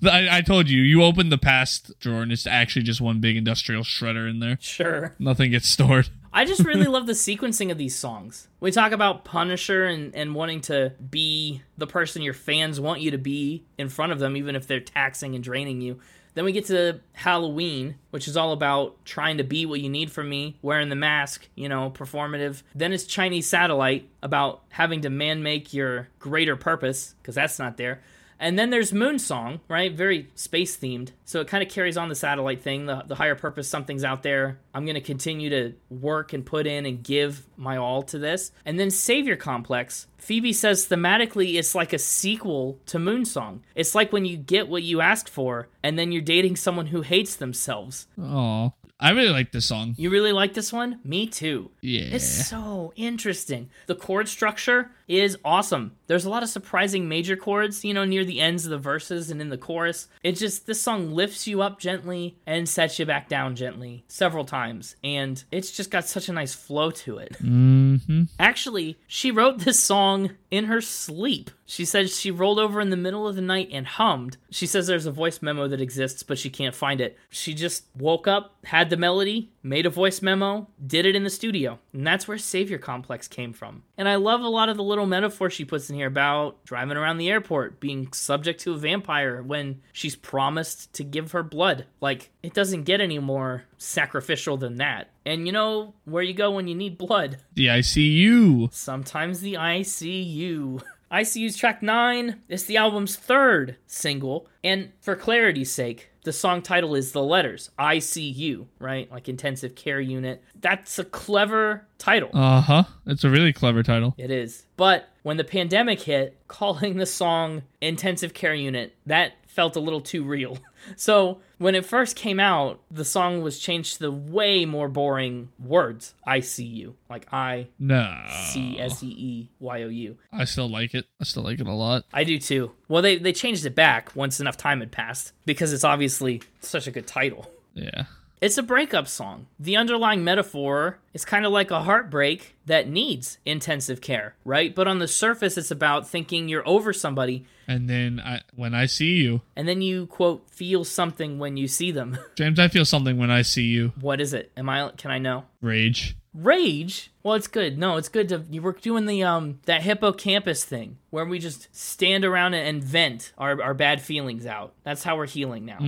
C: I, I told you, you opened the past drawer and it's actually just one big industrial shredder in there.
A: sure.
C: Nothing gets (laughs) stored.
A: I just really love the sequencing of these songs. We talk about Punisher and, and wanting to be the person your fans want you to be in front of them, even if they're taxing and draining you. Then we get to Halloween, which is all about trying to be what you need from me, wearing the mask, you know, performative. Then it's Chinese Satellite about having to man make your greater purpose, because that's not there. And then there's Moon Song, right? Very space themed. So it kind of carries on the satellite thing, the, the higher purpose, something's out there. I'm going to continue to work and put in and give my all to this. And then Savior Complex. Phoebe says thematically, it's like a sequel to Moon Song. It's like when you get what you asked for, and then you're dating someone who hates themselves.
C: Oh, I really like this song.
A: You really like this one? Me too.
C: Yeah.
A: It's so interesting. The chord structure is awesome. There's a lot of surprising major chords, you know, near the ends of the verses and in the chorus. It just, this song lifts you up gently and sets you back down gently several times. And it's just got such a nice flow to it.
C: Mm-hmm.
A: Actually, she wrote this song in her sleep. She says she rolled over in the middle of the night and hummed. She says there's a voice memo that exists, but she can't find it. She just woke up, had the melody, made a voice memo, did it in the studio. And that's where Savior Complex came from. And I love a lot of the little metaphor she puts in here about driving around the airport, being subject to a vampire when she's promised to give her blood. Like, it doesn't get any more sacrificial than that. And you know where you go when you need blood.
C: The ICU.
A: Sometimes the (laughs) ICU. ICU's track 9 is the album's third single, and for clarity's sake, the song title is the letters ICU, right? Like intensive care unit. That's a clever title.
C: Uh huh. It's a really clever title.
A: It is. But when the pandemic hit, (laughs) calling the song intensive care unit, that felt a little too real. (laughs) So when it first came out, the song was changed to the way more boring words ICU, like I
C: No.
A: C S E E Y O U.
C: I still like it. I still like it a lot.
A: I do too. Well, they, they changed it back once enough time had passed because it's obviously such a good title.
C: Yeah.
A: It's a breakup song. The underlying metaphor is kind of like a heartbreak that needs intensive care, right? But on the surface, it's about thinking you're over somebody
C: And then I when I see you,
A: and then you, quote, feel something when you see them. (laughs)
C: James, I feel something when I see you.
A: what is it? Am I, can I know?
C: Rage.
A: rage well it's good no it's good to you were doing the um that hippocampus thing where we just stand around and, and vent our, our bad feelings out that's how we're healing now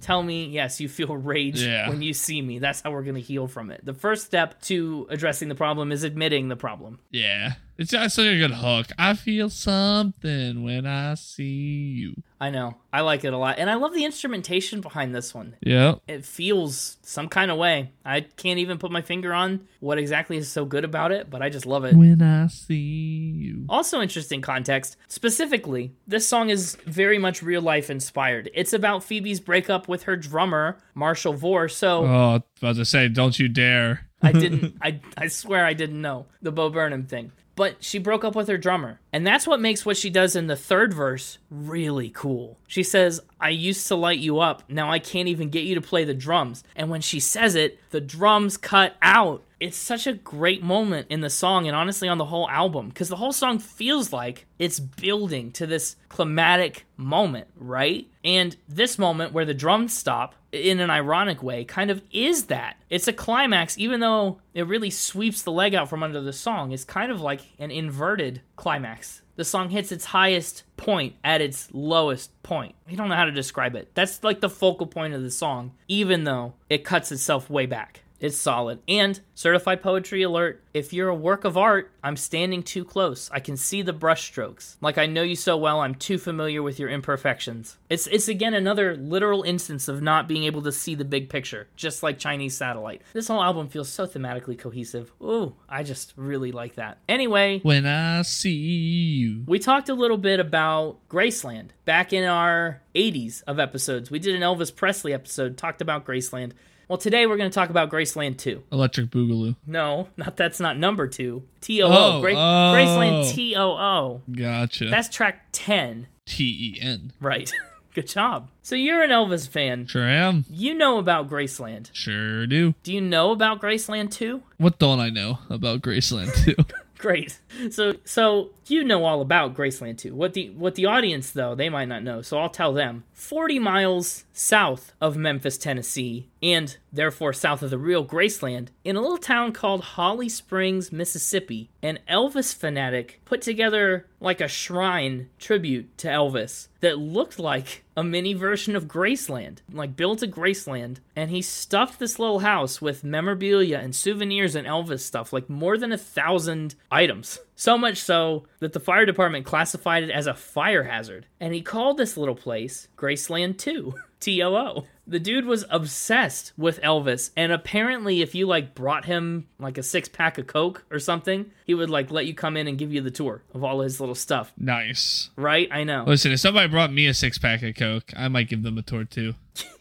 A: tell me yes you feel rage
C: Yeah.
A: when you see me that's how we're gonna heal from it the first step to addressing the problem is admitting the problem
C: Yeah. It's that's such a good hook. I feel something when I see you.
A: i know i like it a lot and i love the instrumentation behind this one
C: Yep.
A: it feels some kind of way i can't even put my finger on what exactly is so good about it but i just love it
C: When I see you.
A: Also, interesting context. Specifically, this song is very much real life inspired. It's about Phoebe's breakup with her drummer, Marshall Vore. So
C: Oh, I was about to say, don't you dare.
A: I didn't, I, I swear I didn't know the Bo Burnham thing. But she broke up with her drummer. And that's what makes what she does in the third verse really cool. She says, I used to light you up. Now I can't even get you to play the drums. And when she says it, the drums cut out. It's such a great moment in the song and honestly on the whole album because the whole song feels like it's building to this climatic moment, right? And this moment where the drums stop in an ironic way, kind of is that. It's a climax, even though it really sweeps the leg out from under the song. It's kind of like an inverted climax. The song hits its highest point at its lowest point. I don't know how to describe it. That's like the focal point of the song, even though it cuts itself way back. It's solid. And certified poetry alert if you're a work of art, I'm standing too close. I can see the brushstrokes. Like I know you so well, I'm too familiar with your imperfections. It's it's again another literal instance of not being able to see the big picture, just like Chinese satellite. This whole album feels so thematically cohesive. Ooh, I just really like that. Anyway,
C: When I see you.
A: we talked a little bit about Graceland back in our 80s of episodes. We did an Elvis Presley episode, talked about Graceland. Well, today we're going to talk about Graceland 2.
C: Electric Boogaloo.
A: No, not that's not number 2. T O O.
C: Oh,
A: Gra-
C: oh.
A: Graceland T O O.
C: Gotcha.
A: That's track 10.
C: T E N.
A: Right. (laughs) Good job. So you're an Elvis fan.
C: Sure am.
A: You know about Graceland.
C: Sure do.
A: Do you know about Graceland 2?
C: What don't I know about Graceland too? (laughs)
A: Great. So so you know all about Graceland 2. What the what the audience though, they might not know, so I'll tell them. 40 miles south of Memphis, Tennessee, and therefore south of the real Graceland, in a little town called Holly Springs, Mississippi, an Elvis fanatic put together like a shrine tribute to Elvis that looked like a mini version of Graceland, like built a Graceland, and he stuffed this little house with memorabilia and souvenirs and Elvis stuff, like more than a thousand items. So much so that the fire department classified it as a fire hazard, and he called this little place Graceland 2, (laughs) T O O. The dude was obsessed with Elvis, and apparently, if you like brought him like a six pack of Coke or something, he would like let you come in and give you the tour of all his little stuff,
C: nice.
A: right? I know.
C: Listen, if somebody brought me a six pack of Coke, I might give them a tour too.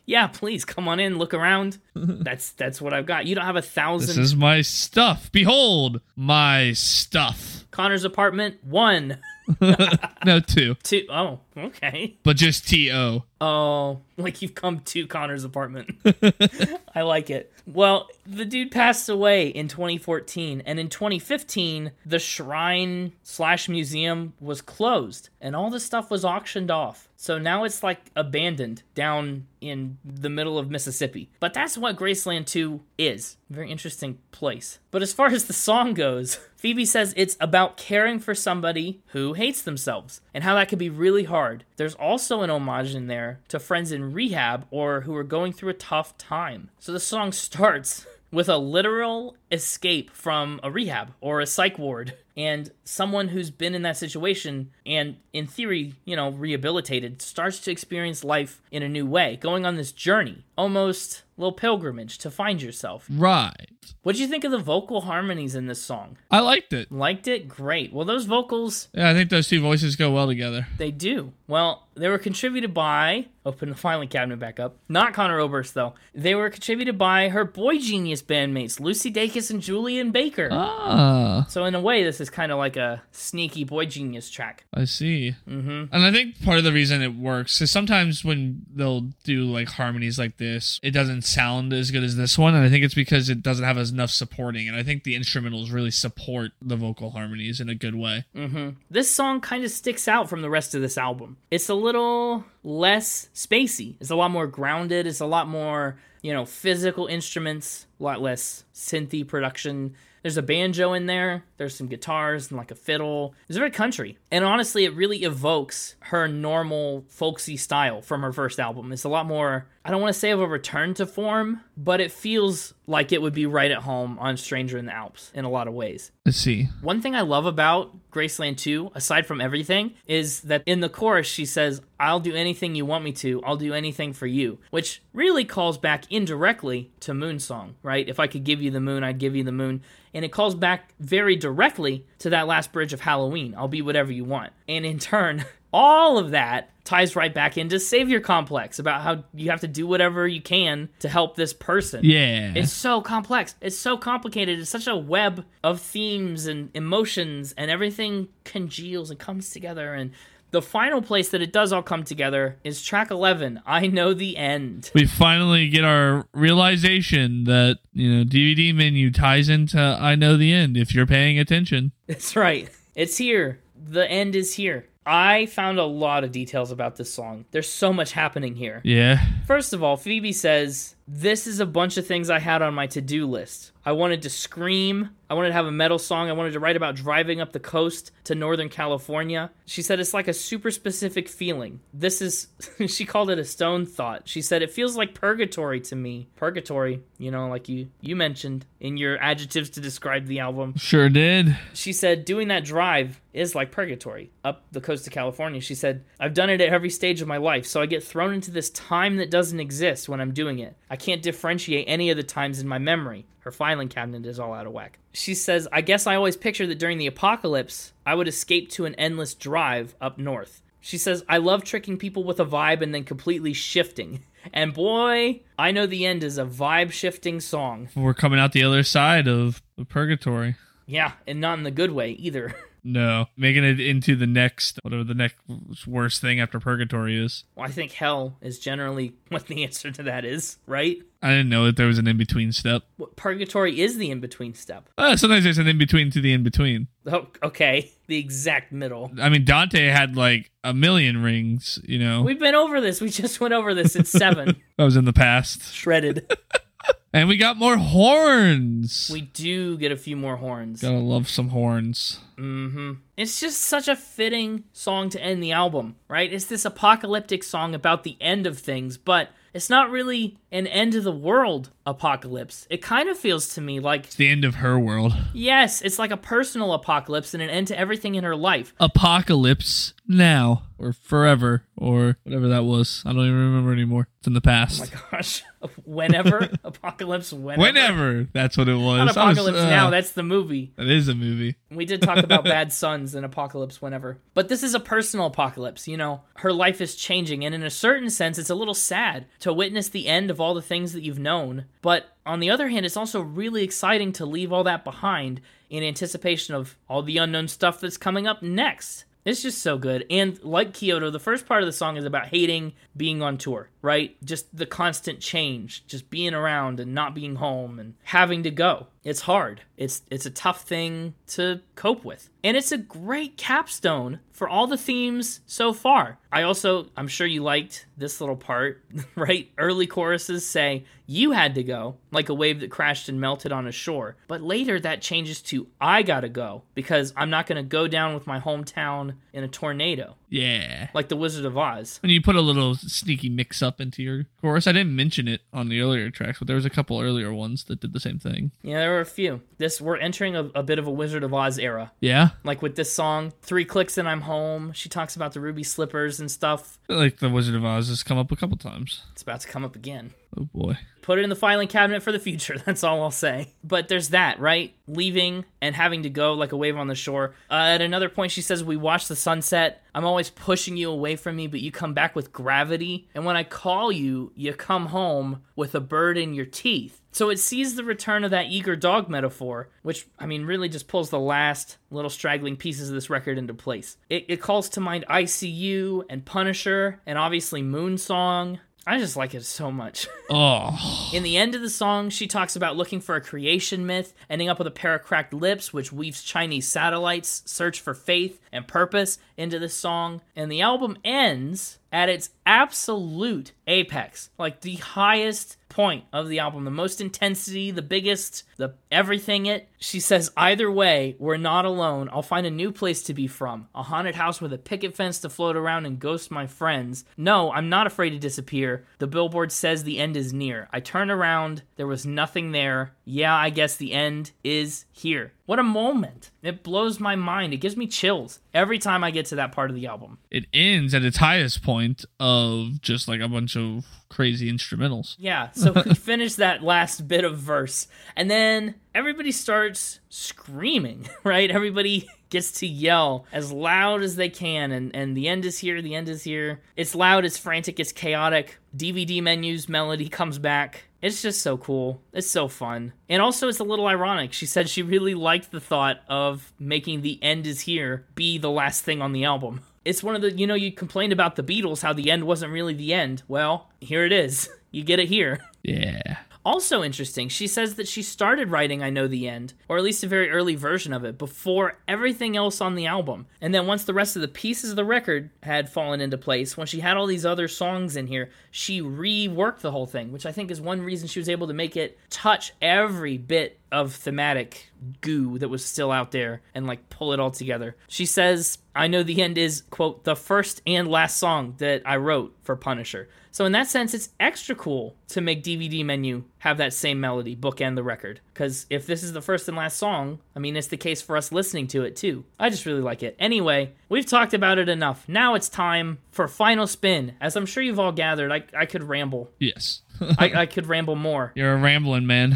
A: yeah, please come on in, look around. (laughs) That's that's what I've got. You don't have a
C: This
A: thousand
C: is my stuff. Behold my stuff.
A: Connor's apartment. One,
C: No two,
A: two, oh, okay.
C: but just T O.
A: Oh, like you've come to Connor's apartment. I like it. Well, the dude passed away in 2014, and in 2015, the shrine slash museum was closed, and all the stuff was auctioned off. So now it's like abandoned down in the middle of Mississippi. But that's what Graceland 2 is. Very interesting place. But as far as the song goes, Phoebe says it's about caring for somebody who hates themselves and how that could be really hard. There's also an homage in there to friends in rehab or who are going through a tough time. So the song starts (laughs) with a literal escape from a rehab or a psych ward and someone who's been in that situation and in theory you know rehabilitated starts to experience life in a new way going on this journey almost little pilgrimage to find yourself
C: Right.
A: what do you think of the vocal harmonies in this song
C: I liked it.
A: liked it great well those vocals
C: Yeah, I think those two voices go well together.
A: they do well they were contributed by open the filing cabinet back up not connor oberst though they were contributed by her boy genius bandmates lucy dacus and julian baker
C: Ah,
A: So in a way, this is kind of like a sneaky boy genius track.
C: I see. Mm-hmm. And I think part of the reason it works is sometimes when they'll do like harmonies like this, it doesn't sound as good as this one. And I think it's because it doesn't have as enough supporting. And I think the instrumentals really support the vocal harmonies in a good way.
A: This song kind of sticks out from the rest of this album. It's a little less spacey. It's a lot more grounded. It's a lot more, you know, physical instruments, a lot less synthy production. There's a banjo in there. There's some guitars and like a fiddle. It's very country. And honestly, it really evokes her normal folksy style from her first album. It's a lot more, I don't want to say of a return to form, but it feels like it would be right at home on Stranger in the Alps in a lot of ways.
C: Let's see.
A: One thing I love about Graceland 2, aside from everything, is that in the chorus she says, I'll do anything you want me to, I'll do anything for you, which really calls back indirectly to Moon Song, right? If I could give you the moon, I'd give you the moon. And it calls back very directly to that last bridge of Halloween, I'll be whatever you want. And in turn, (laughs) all of that ties right back into Savior Complex about how you have to do whatever you can to help this person.
C: Yeah.
A: It's so complex. It's so complicated. It's such a web of themes and emotions, and everything congeals and comes together. And the final place that it does all come together is track 11 I Know the End. (laughs)
C: we finally get our realization that you know DVD menu ties into I know the end if you're paying attention.
A: That's right. It's here. The end is here. I found a lot of details about this song. There's so much happening here.
C: Yeah,
A: First of all, Phoebe says, this is a bunch of things I had on my to do list. I wanted to scream. I wanted to have a metal song. I wanted to write about driving up the coast to Northern California. She said it's like a super specific feeling. This is, (laughs) she called it a stone thought. She said it feels like purgatory to me. Purgatory, you know, like you you mentioned in your adjectives to describe the album.
C: Sure did.
A: She said doing that drive is like purgatory up the coast of California. She said, I've done it at every stage of my life, so I get thrown into this time that doesn't exist when I'm doing it. I can't differentiate any of the times in my memory. Her filing cabinet is all out of whack. She says, I guess I always picture that during the apocalypse, I would escape to an endless drive up north. She says, I love tricking people with a vibe and then completely shifting. (laughs) And boy, I know the end is a vibe shifting song.
C: We're coming out the other side of purgatory.
A: Yeah, and not in the good way either. (laughs)
C: No, making it into the next whatever the next worst thing after purgatory is.
A: Well, I think hell is generally (laughs) what the answer to that is, right?
C: I didn't know that there was an in between step.
A: What, purgatory is the in between step.
C: Uh, sometimes there's an in between to the in between.
A: Oh, okay, the exact middle.
C: I mean, Dante had like a million rings. You know,
A: We've been over this. We just went over this. It's seven.
C: that was in the past.
A: Shredded.
C: And we got more horns.
A: We do get a few more horns.
C: gotta love some horns.
A: hmm It's just such a fitting song to end the album, right? It's this apocalyptic song about the end of things, but it's not really an end of the world apocalypse. It kind of feels to me like,
C: It's the end of her world.
A: yes, it's like a personal apocalypse and an end to everything in her life.
C: Apocalypse now or forever or whatever that was. I don't even remember anymore. It's in
A: Oh
C: the past.
A: gosh, (laughs) whenever apocalypse, whenever,
C: Whenever that's what it was.
A: Not
C: I was,
A: apocalypse
C: uh,
A: now. That's the movie.
C: that is a movie.
A: We did talk about bad sons and apocalypse whenever, but this is a personal apocalypse. You know, her life is changing, and in a certain sense, it's a little sad to witness the end of all the things that you've known. But on the other hand, it's also really exciting to leave all that behind in anticipation of all the unknown stuff that's coming up next. It's just so good. And like Kyoto, the first part of the song is about hating being on tour, right? Just the constant change, just being around and not being home and having to go. It's hard. It's it's a tough thing to cope with. And it's a great capstone for all the themes so far. I also I'm sure you liked this little part, (laughs) right? Early choruses say you had to go, like a wave that crashed and melted on a shore. But later that changes to I gotta go, because I'm not gonna go down with my hometown in a tornado,
C: Yeah.
A: like the Wizard of Oz.
C: When you put a little sneaky mix up into your chorus, I didn't mention it on the earlier tracks, but there was a couple earlier ones that did the same thing.
A: Yeah, there were a few. This we're entering a, a bit of a Wizard of Oz era.
C: Yeah.
A: Like with this song, Three Clicks and I'm Home. She talks about the ruby slippers and stuff.
C: Like the Wizard of Oz has come up a couple times.
A: It's about to come up again.
C: Oh boy.
A: put it in the filing cabinet for the future. (laughs) That's all I'll say. But there's that, right? Leaving and having to go like a wave on the shore. Uh, at another point, she says, We watch the sunset. I'm always pushing you away from me, but you come back with gravity. And when I call you, you come home with a bird in your teeth. So it sees the return of that eager dog metaphor, which, I mean, really just pulls the last little straggling pieces of this record into place. It, it calls to mind ICU and Punisher and obviously Moonsong. I just like it so much. (laughs)
C: Oh.
A: In the end of the song, she talks about looking for a creation myth, ending up with a pair of cracked lips, which weaves Chinese satellites' search for faith and purpose into the song. And the album ends at its absolute apex, like the highest point of the album, the most intensity, the biggest, the everything it. She says, either way, we're not alone. I'll find a new place to be from, a haunted house with a picket fence to float around and ghost my friends. No, I'm not afraid to disappear. The billboard says the end is near. I turn around, there was nothing there. Yeah, I guess the end is here. What a moment. It blows my mind. It gives me chills every time I get to that part of the album.
C: It ends at its highest point of just like a bunch of crazy instrumentals.
A: Yeah, so we finish that last bit of verse, and then everybody starts screaming, (laughs) right? Everybody gets to yell as loud as they can, and, and the end is here, the end is here. It's loud, it's frantic, it's chaotic. DVD menus, melody comes back. It's just so cool. It's so fun. And also, it's a little ironic. She said she really liked the thought of making The End Is Here be the last thing on the album. It's one of the, you know, you complained about (laughs) the Beatles how the end wasn't really the end. Well, here it is. You get it here.
C: Yeah.
A: Also interesting, she says that she started writing I Know the End, or at least a very early version of it, before everything else on the album. And then once the rest of the pieces of the record had fallen into place, when she had all these other songs in here, she reworked the whole thing, which I think is one reason she was able to make it touch every bit of thematic goo that was still out there and like pull it all together. She says, I know the end is, quote, the first and last song that I wrote for Punisher. So, in that sense, it's extra cool to make DVD Menu have that same melody, bookend the record. Because if this is the first and last song, I mean, it's the case for us listening to it too. I just really like it. Anyway, we've talked about it enough. Now it's time for Final Spin. As I'm sure you've all gathered, I, I could ramble.
C: Yes. (laughs)
A: I, I could ramble more. (laughs)
C: You're a rambling man.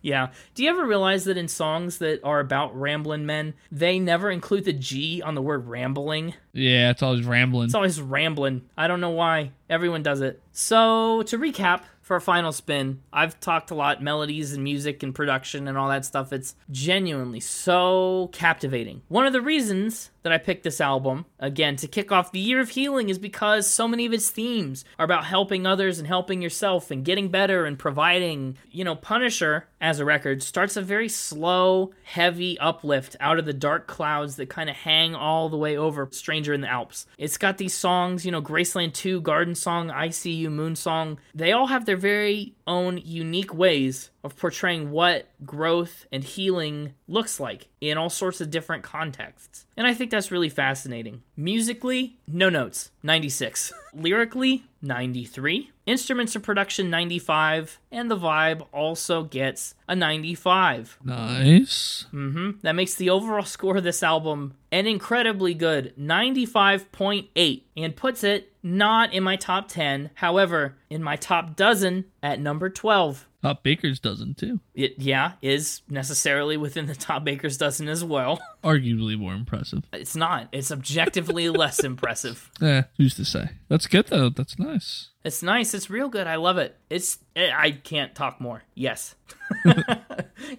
A: Yeah. Do you ever realize that in songs that are about rambling men, they never include the G on the word rambling?
C: Yeah, it's always rambling.
A: It's always rambling. I don't know why. Everyone does it. So, to recap, for a final spin, I've talked a lot melodies and music and production and all that stuff. It's genuinely so captivating. One of the reasons that I picked this album, again, to kick off the year of healing, is because so many of its themes are about helping others and helping yourself and getting better and providing. You know, Punisher, as a record, starts a very slow, heavy uplift out of the dark clouds that kind of hang all the way over Stranger in the Alps. It's got these songs, you know, Graceland 2, Garden Song, I See You, Moon Song. They all have their very own unique ways of portraying what growth and healing looks like in all sorts of different contexts. And I think that's really fascinating. Musically, no notes, 96. (laughs) Lyrically, 93. Instruments and production, 95. And the vibe also gets a 95.
C: nice.
A: hmm That makes the overall score of this album an incredibly good 95.8 and puts it not in my top 10, however, in my top dozen at number 12
C: Top Baker's dozen too.
A: it, yeah, is necessarily within the top baker's dozen as well. (laughs)
C: Arguably more impressive.
A: It's not. It's objectively less impressive.
C: Eh, who's to say? That's good though. That's nice.
A: It's nice. It's real good. I love it. It's. eh, I can't talk more. Yes. (laughs)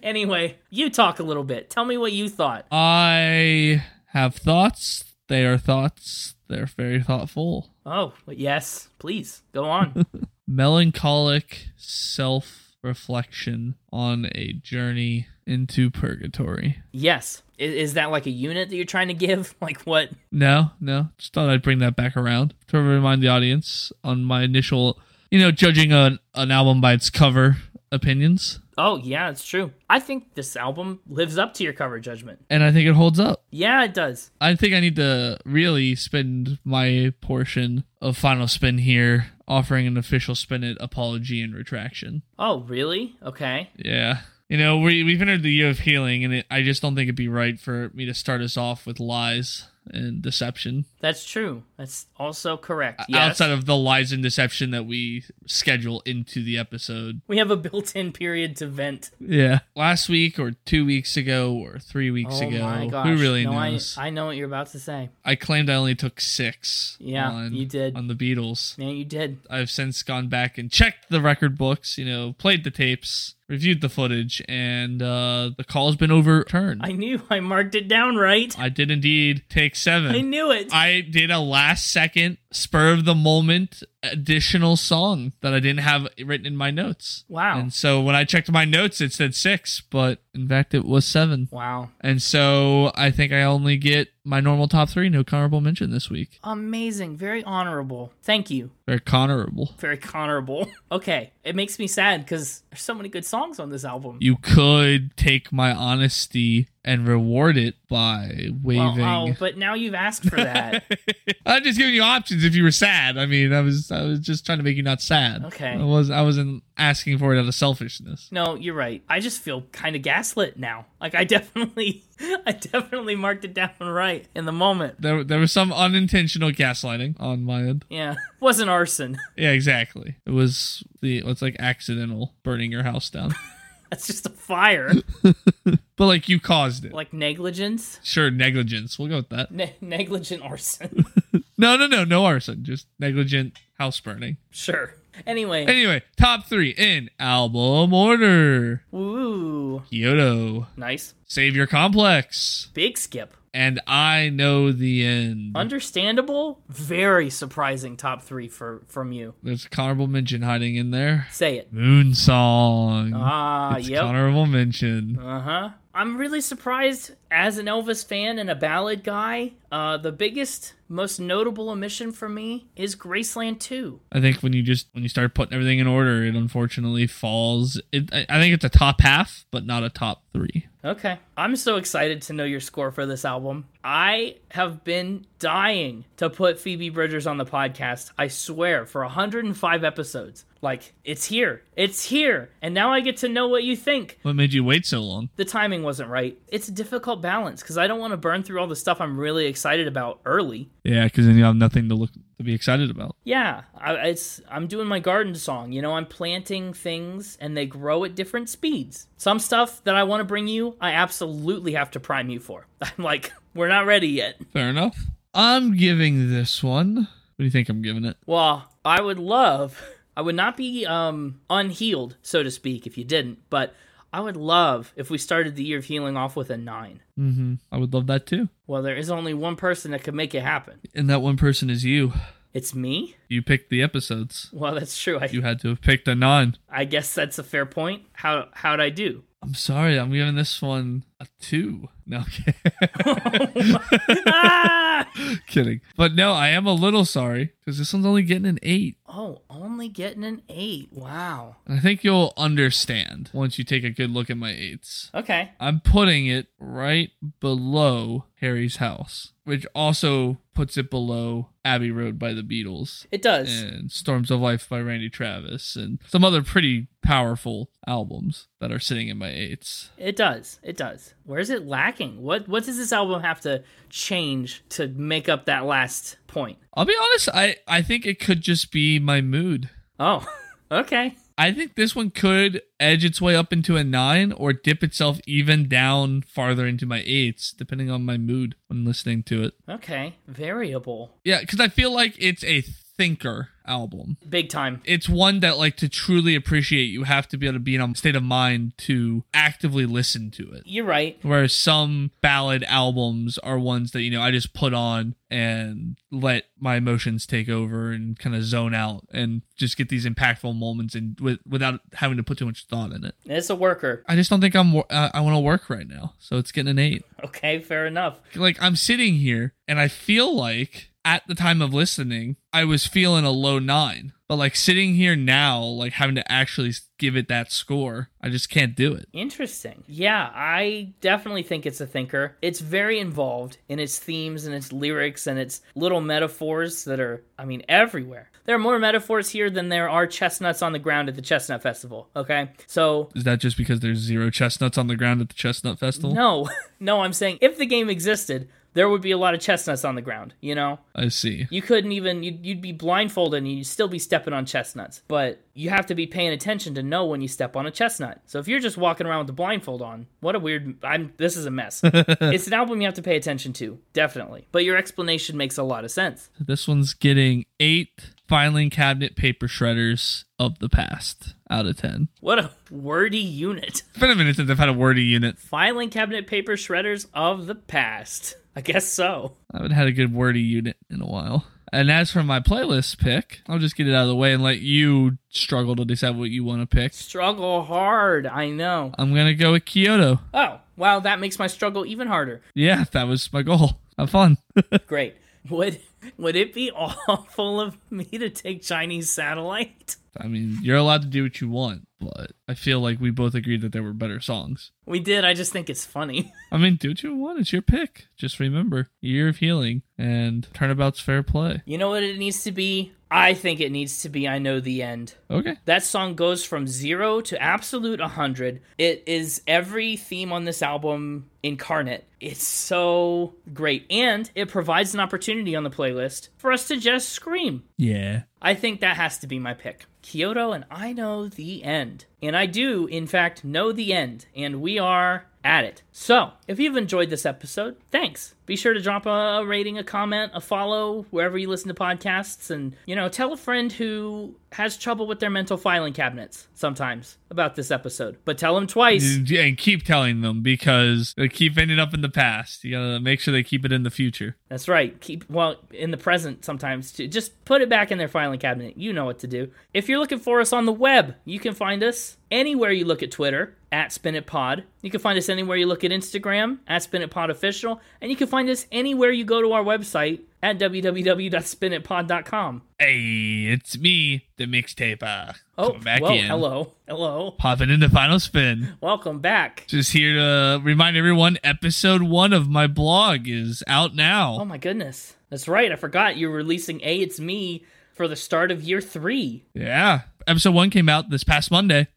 A: anyway, you talk a little bit. Tell me what you thought.
C: I have thoughts. They are thoughts. They're very thoughtful.
A: Oh, yes. Please go on.
C: Melancholic self reflection on a journey into purgatory.
A: yes. I- Is that like a unit that you're trying to give? (laughs) Like what?
C: No, no. Just thought I'd bring that back around to remind the audience on my initial, you know, judging an, an album by its cover opinions.
A: Oh, yeah, it's true. I think this album lives up to your cover judgment.
C: And I think it holds up.
A: Yeah, it does.
C: I think I need to really spend my portion of final spin here offering an official spin it apology and retraction.
A: Oh, really? Okay.
C: Yeah. You know, we, we've entered the year of healing, and it, I just don't think it'd be right for me to start us off with lies and deception.
A: That's true. That's also correct.
C: O-
A: Yes.
C: Outside of the lies and deception that we schedule into the episode.
A: (laughs) We have a built-in period to vent.
C: Yeah. Last week, or two weeks ago, or three weeks
A: oh
C: ago.
A: my gosh!
C: Who really
A: no,
C: knows? I,
A: I, I know what you're about to say.
C: claimed I only took six.
A: Yeah,
C: on-
A: you did.
C: On the Beatles.
A: Man, you did.
C: I've since gone back and checked the record books, you know, played the tapes, reviewed the footage, and uh, the call's been overturned.
A: I knew. I marked it down
C: (laughs)
A: right.
C: I did indeed take seven.
A: I knew it.
C: I did a last second, spur of the moment additional song that I didn't have written in my notes.
A: wow.
C: And so when I checked my notes, it said six, but in fact, it was seven.
A: Wow.
C: And so I think I only get my normal top three, no honorable mention this week.
A: Amazing. Very honorable. Thank you.
C: Very honorable.
A: Very honorable. (laughs) okay. It makes me sad because there's so many good songs on this album.
C: You could take my honesty and reward it by
A: well,
C: waving.
A: oh, but now you've asked for
C: (laughs)
A: that.
C: I'm just giving you options if you were sad. I mean, I was I was just trying to make you not sad.
A: Okay.
C: I was I wasn't asking for it out of selfishness.
A: no, you're right. I just feel kind of gaslit now. Like I definitely, (laughs) I definitely marked it down right in the moment.
C: There there was some unintentional gaslighting on my end.
A: Yeah, (laughs) wasn't arson. (laughs)
C: Yeah, exactly. It was the it's like accidental burning your house
A: (laughs)
C: down.
A: That's just a fire.
C: but like you caused it.
A: like negligence
C: Sure, negligence. We'll go with that.
A: ne- negligent arson (laughs)
C: No, no, no, no arson. Just negligent house burning.
A: sure anyway
C: Anyway, top three in album order.
A: ooh
C: Kyoto.
A: nice
C: Savior Complex.
A: Big skip.
C: And I know the end.
A: Understandable. Very surprising top three for from you.
C: There's an honorable mention hiding in there.
A: Say it.
C: Moon Song.
A: Ah,
C: it's
A: yep.
C: honorable mention.
A: Uh huh. I'm really surprised as an Elvis fan and a ballad guy. Uh, the biggest, most notable omission for me is Graceland 2.
C: I think when you just when you start putting everything in order, it unfortunately falls. It, I I think it's a top half, but not a top three.
A: Okay. I'm so excited to know your score for this album. I have been dying to put Phoebe Bridgers on the podcast, I swear, for 105 episodes. Like, it's here. It's here. And now I get to know what you think.
C: What made you wait so long?
A: the timing wasn't right. It's a difficult balance because I don't want to burn through all the stuff I'm really excited about early.
C: Yeah, because then you have nothing to look to be excited about.
A: Yeah, I, it's I'm doing my garden song. You know, I'm planting things and they grow at different speeds. Some stuff that I want to bring you, I absolutely have to prime you for. (laughs) I'm like, we're not ready yet.
C: Fair enough. I'm giving this one. What do you think I'm giving it?
A: Well, I would love. I would not be um unhealed, so to speak, if you didn't. But I would love if we started the year of healing off with a nine.
C: Mm-hmm. I would love that too.
A: Well, there is only one person that could make it happen.
C: And that one person is you.
A: It's me.
C: You picked the episodes.
A: Well, that's true. I,
C: You had to have picked a nine.
A: I guess that's a fair point. How how'd I do?
C: I'm sorry. I'm giving this one a two. No,
A: Ah!
C: (laughs) kidding. But no, I am a little sorry because this one's only getting an eight.
A: Oh, only getting an eight. Wow.
C: And I think you'll understand once you take a good look at my eights.
A: Okay.
C: I'm putting it right below Harry's House, which also puts it below Abbey Road by the Beatles
A: It does.
C: and Storms of Life by Randy Travis and some other pretty powerful albums that are sitting in my eights.
A: It does. It does. Where is it lacking? What what does this album have to change to make up that last point?
C: I'll be honest, I, I think it could just be my mood.
A: Oh, (laughs) okay.
C: I think this one could edge its way up into a nine or dip itself even down farther into my eights, depending on my mood when listening to it.
A: Okay. Variable.
C: Yeah, because I feel like it's a thinker album.
A: Big time.
C: It's one that, like, to truly appreciate, you have to be able to be in a state of mind to actively listen to it.
A: You're right.
C: Whereas some ballad albums are ones that, you know, I just put on and let my emotions take over and kind of zone out and just get these impactful moments and with, without having to put too much thought in it.
A: It's a worker.
C: I just don't think I'm, wor- uh, I want to work right now. So it's getting an eight.
A: Okay, fair enough.
C: Like I'm sitting here and I feel like at the time of listening, I was feeling a low nine. But like sitting here now, like having to actually give it that score, I just can't do it.
A: Interesting. Yeah, I definitely think it's a thinker. It's very involved in its themes and its lyrics and its little metaphors that are, I mean, everywhere. There are more metaphors here than there are chestnuts on the ground at the Chestnut Festival, okay? So,
C: Is that just because there's zero chestnuts on the ground at the chestnut festival?
A: no, (laughs) no, I'm saying if the game existed, there would be a lot of chestnuts on the ground, you know?
C: I see.
A: You couldn't even, you'd, you'd be blindfolded and you'd still be stepping on chestnuts. But you have to be paying attention to know when you step on a chestnut. So if you're just walking around with the blindfold on, what a weird, I'm, this is a mess. it's an album you have to pay attention to, definitely. But your explanation makes a lot of sense.
C: This one's getting eight filing cabinet paper shredders of the past out of 10.
A: What a wordy unit.
C: It's been a minute since I've had a wordy unit.
A: Filing cabinet paper shredders of the past. I guess so.
C: I haven't had a good wordy unit in a while. And as for my playlist pick, I'll just get it out of the way and let you struggle to decide what you want to pick.
A: Struggle hard, I know.
C: I'm going to go with Kyoto.
A: Oh, wow, that makes my struggle even harder.
C: Yeah, that was my goal. Have fun.
A: Great. Would would it be awful of me to take Chinese satellite?
C: I mean, you're allowed to do what you want, but I feel like we both agreed that there were better songs.
A: We did. I just think it's funny.
C: I mean, do what you want. It's your pick. Just remember, year of healing and turnabout's fair play.
A: You know what it needs to be? I think it needs to be I Know the End.
C: Okay.
A: That song goes from zero to absolute 100. It is every theme on this album incarnate. It's so great. And it provides an opportunity on the playlist for us to just scream.
C: Yeah.
A: I think that has to be my pick. Kyoto and I know the end. And I do, in fact, know the end. And we are at it. So, if you've enjoyed this episode, thanks. Be sure to drop a rating, a comment, a follow wherever you listen to podcasts, and, you know, tell a friend who has trouble with their mental filing cabinets sometimes about this episode. But tell them twice.
C: And keep telling them because they keep ending up in the past. You gotta make sure they keep it in the future.
A: That's right. Keep well in the present sometimes too. Just put it back in their filing cabinet. You know what to do. If you're looking for us on the web, you can find us anywhere you look at Twitter at Spin It Pod. You can find us anywhere you look at Instagram at Spin It Pod Official, and you can find us anywhere you go to our website at www.spinitpod.com.
C: Hey, it's me, the mixtaper.
A: Oh,
C: Come back
A: whoa,
C: in.
A: hello, hello,
C: Popping into Final Spin.
A: welcome back.
C: Just here to remind everyone episode one of my blog is out now.
A: Oh my goodness, that's right. I forgot you're releasing a It's Me for the start of year three.
C: Yeah. Episode one came out this past Monday.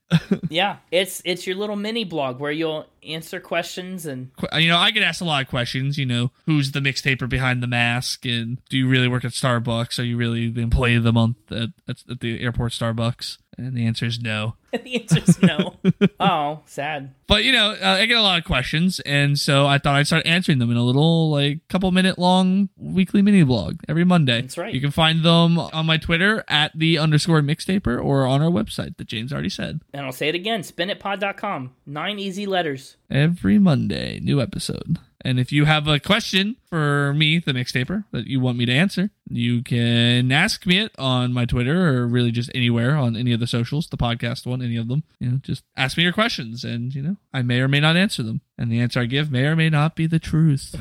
A: Yeah, it's it's your little mini blog where you'll answer questions and (laughs)
C: Qu- You know, I get asked a lot of questions. You know, who's the mixtaper behind the mask? And do you really work at Starbucks? Are you really the employee of the month at, at, at the airport Starbucks? And the answer is no.
A: the answer is
C: (laughs)
A: no. oh, sad.
C: But, you know, uh, I get a lot of questions. And so I thought I'd start answering them in a little, like, couple minute long weekly mini blog every Monday.
A: That's right.
C: You can find them on my Twitter at the underscore mixtaper or on our website that James already said.
A: And I'll say it again spinitpod.com. Nine easy letters. (laughs)
C: every Monday, new episode. And if you have a question for me, the mixtaper, that you want me to answer, you can ask me it on my Twitter or really just anywhere on any of the socials, the podcast one, any of them. You know, just ask me your questions and, you know, I may or may not answer them. And the answer I give may or may not be the truth.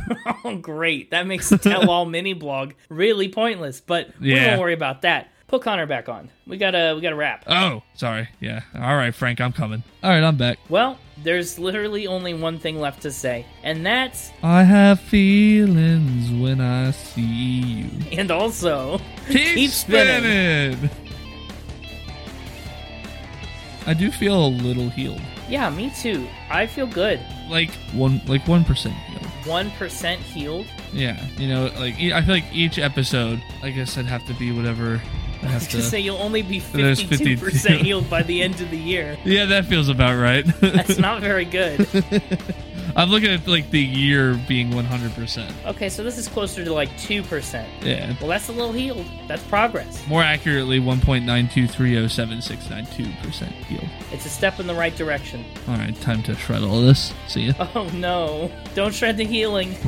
A: Oh, great. That makes the tell all mini blog really pointless, but we
C: Yeah.
A: won't worry about that. Put Connor back on. We gotta we gotta wrap.
C: oh, sorry. Yeah. All right, Frank, I'm coming. All right, I'm back.
A: Well, there's literally only one thing left to say, and that's
C: I have feelings when I see you.
A: and also
C: Keep,
A: Keep spinning.
C: spinning. I do feel a little healed,
A: Yeah, me too. I feel good.
C: like one, like one percent healed.
A: One percent healed. (laughs)
C: Yeah, you know, like e- I feel like each episode, I guess I'd have to be whatever.
A: I
C: I
A: was (laughs)
C: have to.
A: gonna say you'll only be
C: There's
A: fifty-two
C: 52.
A: percent
C: (laughs)
A: healed by the end of the year.
C: yeah, that feels about right.
A: (laughs) That's not very good.
C: (laughs) I'm looking at like the year being 100. percent
A: Okay, so this is closer to like two percent.
C: Yeah,
A: Well, that's a little healed. That's progress.
C: more accurately, 1.923076992 percent healed.
A: It's a step in the right direction.
C: All right, time to shred all this. See ya.
A: Oh no. Don't shred the healing.